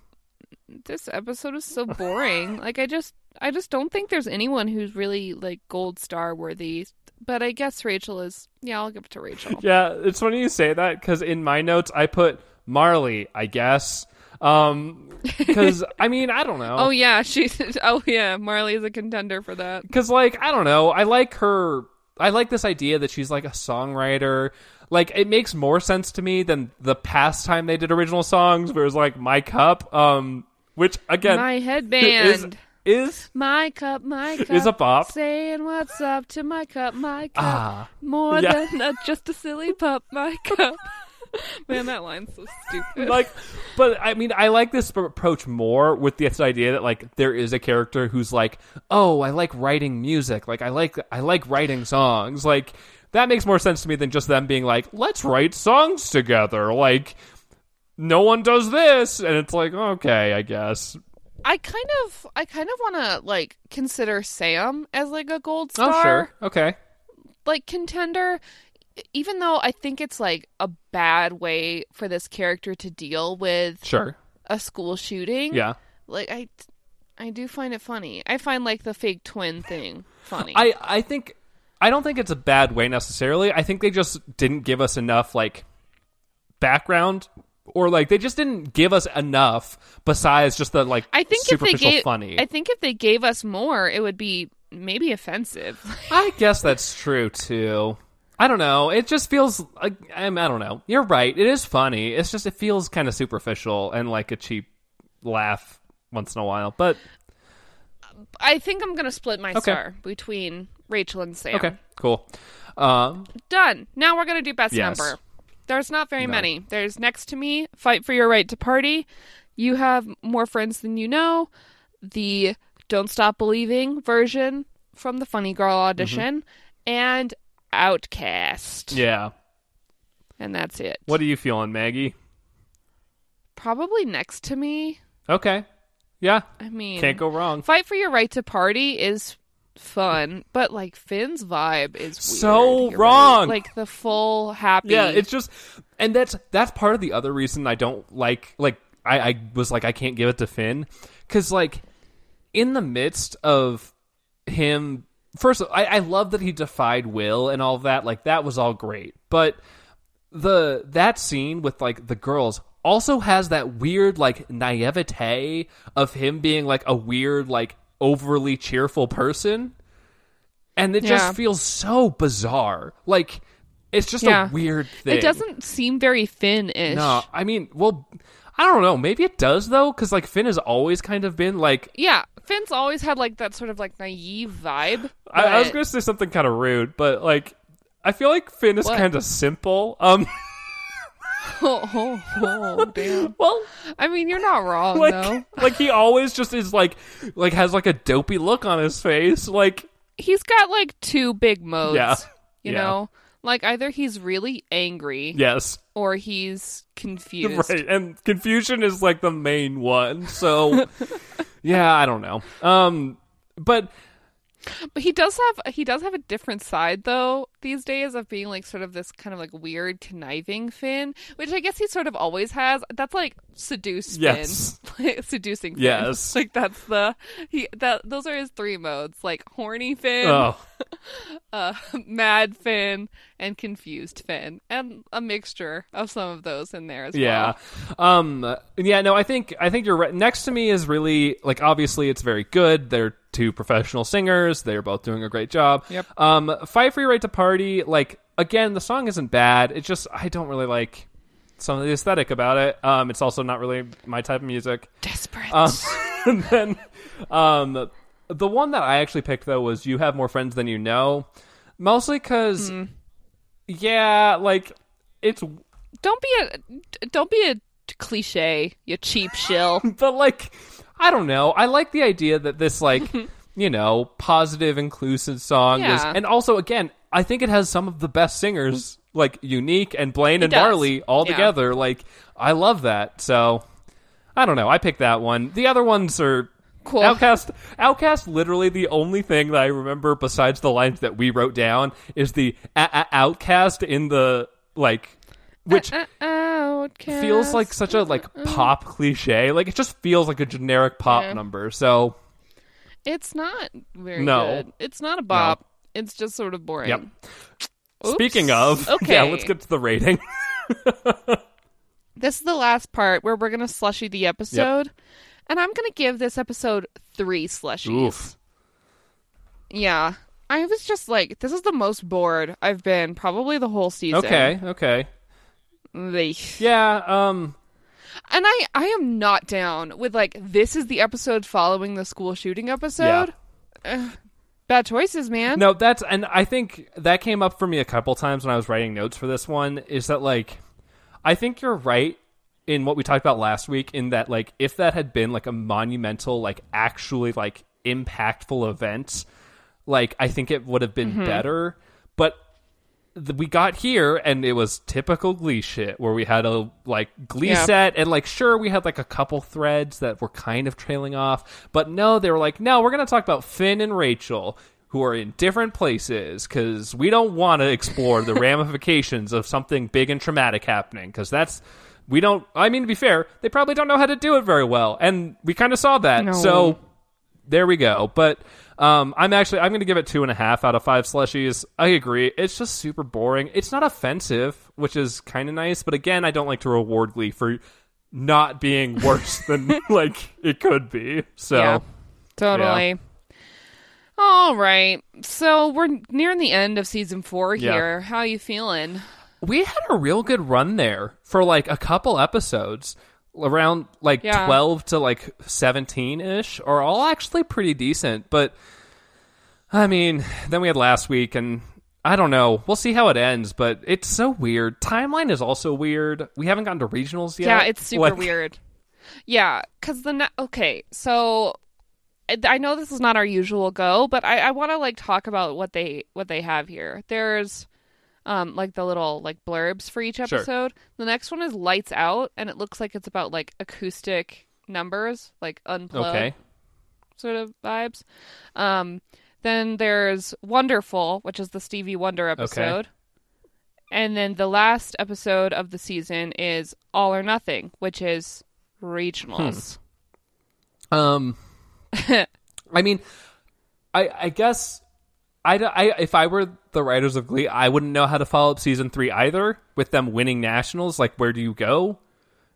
This episode is so boring. like I just I just don't think there's anyone who's really like gold star worthy. But I guess Rachel is. Yeah, I'll give it to Rachel.
Yeah, it's funny you say that because in my notes I put Marley, I guess. Um, because I mean, I don't know.
Oh yeah, she's. Oh yeah, Marley is a contender for that.
because like i don't know i like her i like this idea that she's like a songwriter like it makes more sense to me than the past time they did original songs where it was like my cup um which again
My
is
headband.
is
My cup, my cup.
is a bop.
Saying what's up to my cup, my cup.
Ah,
More
Yeah.
than a, just a silly pup, my cup. Man, that line's so stupid.
like, but I mean, I like this approach more with this idea that like there is a character who's like, oh, I like writing music, like I like I like writing songs, like that makes more sense to me than just them being like, let's write songs together, like no one does this, and it's like okay, I guess.
I kind of, I kind of want to like consider Sam as like a gold
Oh
star,
sure, okay,
like contender. Even though I think it's like a bad way for this character to deal with
sure,
a school shooting.
yeah.
like I, I do find it funny. I find like the fake twin thing funny.
I I think I don't think it's a bad way necessarily. I think they just didn't give us enough like background or like they just didn't give us enough besides just the like
I think if they
superficial
gave,
funny.
I think if they gave us more, it would be maybe offensive.
I guess that's true too. I don't know. It just feels like I'm, I don't know. You're right. It is funny. It's just it feels kind of superficial and like a cheap laugh once in a while. But
I think I'm gonna split my
Okay.
star between Rachel and Sam.
okay, cool. Um,
Done. Now we're gonna do best
Yes.
number. There's not very many. There's next to me, fight for your right to party. You have more friends than you know. The don't stop believing version from the Funny Girl
Mm-hmm.
audition, and Outcast.
yeah.
And that's it.
What are you feeling, Maggie?
Probably next to me.
Okay. Yeah.
I mean,
Can't go wrong.
Fight for your right to party is fun, but like Finn's vibe is weird.
So
You're
wrong.
Like the full happy.
Yeah, it's just, and that's that's part of the other reason I don't like. Like I, I was like I can't give it to Finn because like in the midst of him, first of- I, I love that he defied will and all that. Like that was all great, but the that scene with like the girls also has that weird like naivete of him being like a weird like overly cheerful person and it
Yeah.
just feels so bizarre like it's just
Yeah.
a weird thing
it doesn't seem very Finn-ish.
no i mean well i don't know maybe it does though because like finn has always kind of been like
Yeah, Finn's always had like that sort of like naive vibe.
I, I was
but-
gonna say something kind of rude but like i feel like finn is
What?
kind of simple um
oh, oh, oh, damn.
well
I mean, you're not wrong
like
though.
like he always just is like like has like a dopey look on his face like
He's got like two big modes.
Yeah.
You
Yeah.
know, like either he's really angry
yes
or he's confused.
right and confusion is like the main one so yeah i don't know um but
But he does have he does have a different side though these days of being like sort of this kind of like weird conniving Finn, which I guess he sort of always has. That's like seduce
Yes.
Finn, like, seducing Finn.
Yes.
like that's the he that those are his three modes like horny Finn,
oh
uh, mad Finn, and confused Finn, and a mixture of some of those in there as
yeah
well.
um yeah no i think i think you're right next to me is really like obviously it's very good they're two professional singers they're both doing a great job
Yep.
um fight for your right to party like again the song isn't bad it's just i don't really like some of the aesthetic about it um it's also not really my type of music
Desperate.
Um, and then um, the one that I actually picked though was "You Have More Friends Than You Know," mostly because, yeah, like it's,
don't be a don't be a cliche, you cheap shill.
but like I don't know. I like the idea that this like you know positive, inclusive song is,
Yeah.
and also again, I think it has some of the best singers like Unique and Blaine and
does.
Marley all
Yeah.
together. Like I love that. So I don't know. I picked that one. The other ones are
Cool.
Outcast, Outcast. Literally, the only thing that I remember besides the lines that we wrote down is the a- a- Outcast in the like, which
Uh, outcast.
feels like such a like pop cliche. Like it just feels like a generic pop
Mm. Yeah.
number. So
It's not very
No.
good. It's not a bop. It's just sort of boring.
Yep.
Oops.
speaking of,
okay,
yeah, let's get to the rating.
This is the last part where we're gonna slushy the episode, and I'm gonna give this episode three slushies.
Oof.
Yeah, I was just like, this is the most bored I've been probably the whole season.
Okay. Okay.
They-
Yeah. Um.
And I I am not down with like this is the episode following the school shooting episode. Ugh, bad choices, man.
No, that's and I think that came up for me a couple times when I was writing notes for this one is that like I think you're right in what we talked about last week in that like if that had been like a monumental like actually like impactful event like I think it would have been
Mm-hmm.
better but th- we got here and it was typical glee shit where we had a like glee
Yeah.
set and like sure we had like a couple threads that were kind of trailing off but no they were like no we're going to talk about Finn and Rachel who are in different places cuz we don't want to explore the ramifications of something big and traumatic happening cuz that's we don't I mean to be fair they probably don't know how to do it very well and we kind of saw that
No.
so there we go. But um, I'm actually I'm going to give it two and a half out of five slushies. I agree. It's just super boring. It's not offensive, which is kind of nice. But again, I don't like to reward Glee for not being worse than like it could be. So
Yeah. Totally. All right. So we're nearing the end of season four
Yeah.
here. How you feeling?
we had a real good run there for like a couple episodes around like
Yeah.
12 to like 17 ish are all actually pretty decent but i mean then we had last week and i don't know we'll see how it ends but it's so weird timeline is also weird we haven't gotten to regionals yet
Yeah, it's super
Like,
weird. Yeah, because the ne- okay, so I- I know this is not our usual go, but I, I want to like talk about what they what they have here. There's um like the little like blurbs for each
Sure.
episode. The next one is lights out, and it looks like it's about like acoustic numbers, like unplugged
okay
sort of vibes. Um, then there's Wonderful, which is the Stevie Wonder episode. And then the last episode of the season is All or Nothing, which is regionals.
um i mean i i guess I, d- I- if I were the writers of Glee, I wouldn't know how to follow up season three either with them winning nationals. Like, where do you go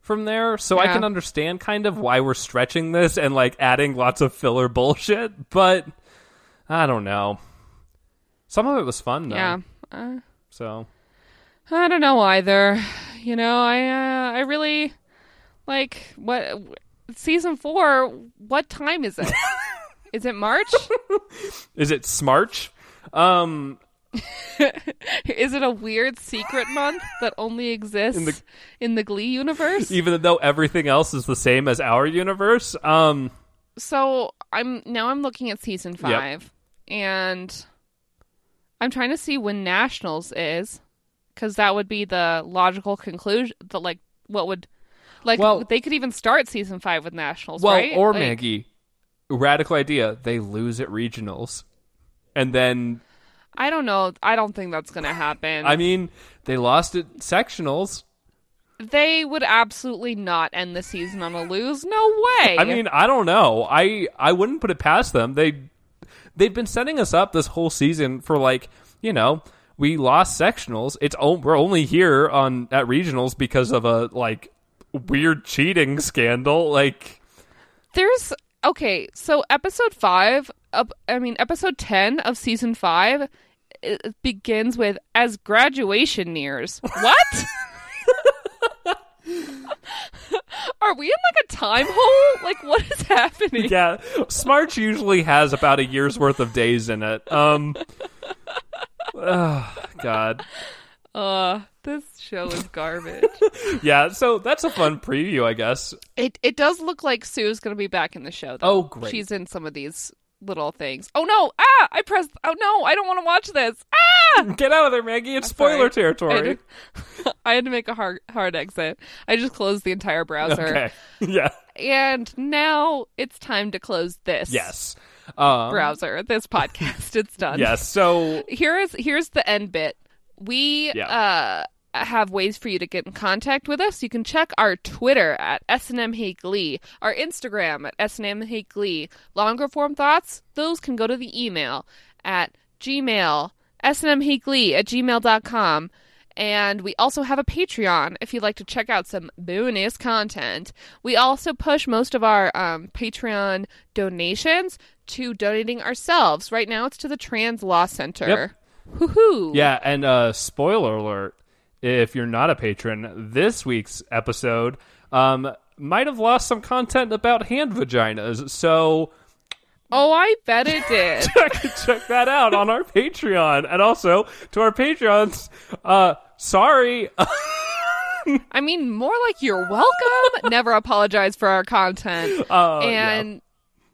from there? So I
Yeah.
can understand kind of why we're stretching this and like adding lots of filler bullshit, but I don't know. Some of it was fun though.
Yeah. Uh,
So
I don't know either. You know, I uh, I really like what season 4, what time is it? is it March?
is it smarch? Um,
is it a weird secret month that only exists in
the-
the, Glee universe?
even though everything else is the same as our universe. Um,
so I'm now I'm looking at season five, and I'm trying to see when nationals is, because that would be the logical conclusion. The like, what would, like,
Well-
they could even start season five with nationals,
well,
right?
or
Like,
Maggie, radical idea. They lose at regionals, and then
I don't know. I don't think that's gonna happen.
I mean, they lost at sectionals.
they would absolutely not end the season on a lose. No way.
I mean, I don't know. I I wouldn't put it past them. They they've been setting us up this whole season for like, you know, we lost sectionals. It's o- we're only here on at regionals because of a like weird cheating scandal. Like,
There's okay, so episode five, up, I mean episode ten of season five, it, it begins with as graduation nears. What? Are we in like a time hole? Like what is happening?
yeah, Smarch usually has about a year's worth of days in it. Um, ah, God.
Uh, this show is garbage.
Yeah, so that's a fun preview, I guess.
it it does look like Sue's gonna be back in the show. Though.
Oh, great.
she's in some of these little things. Oh no! Ah, I pressed. Oh no! I don't want to watch this. Ah.
Get out of there, Maggie. It's
sorry.
spoiler
I
territory.
had, to, I had to make a hard hard exit. I just closed the entire browser,
Okay. Yeah.
and now it's time to close this
Yes. Um,
browser, this podcast. It's done.
Yes. So
Here is here's the end bit. We uh, have ways for you to get in contact with us. You can check our Twitter at SNM Hate Glee, our Instagram at SNM Hate Glee. Longer form thoughts, those can go to the email at gmail, snmhateglee at gmail.com. And we also have a Patreon if you'd like to check out some bonus content. We also push most of our um, Patreon donations to donating ourselves. Right now, it's to the Trans Law Center. Hoo hoo.
yeah, and uh, spoiler alert: if you're not a patron, this week's episode um, might have lost some content about hand vaginas. So
Oh, I bet it did.
check, check that out on our Patreon. And also to our Patreons, uh, sorry. Um,
I mean, more like you're welcome. Never apologize for our content.
Uh,
and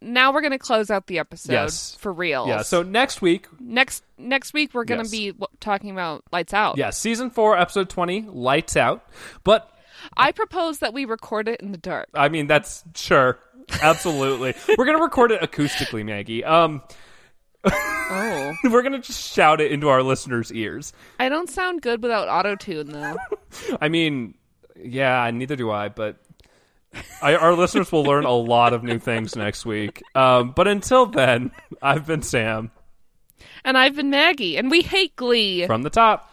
now we're going to close out the episode
Yes.
for real.
yeah. yeah, so next week,
next next week we're going to
Yes.
be w- talking about Lights Out.
yeah, season four, episode 20, lights out. But
I propose that we record it in the dark.
I mean, that's sure. Absolutely. We're going to record it acoustically, Maggie. Um,
Oh.
we're going to just shout it into our listeners' ears.
I don't sound good without auto tune though.
I mean, yeah, neither do I, but I, our listeners will learn a lot of new things next week. Um, but until then, I've been Sam
And I've been Maggie, and we hate Glee.
from the top.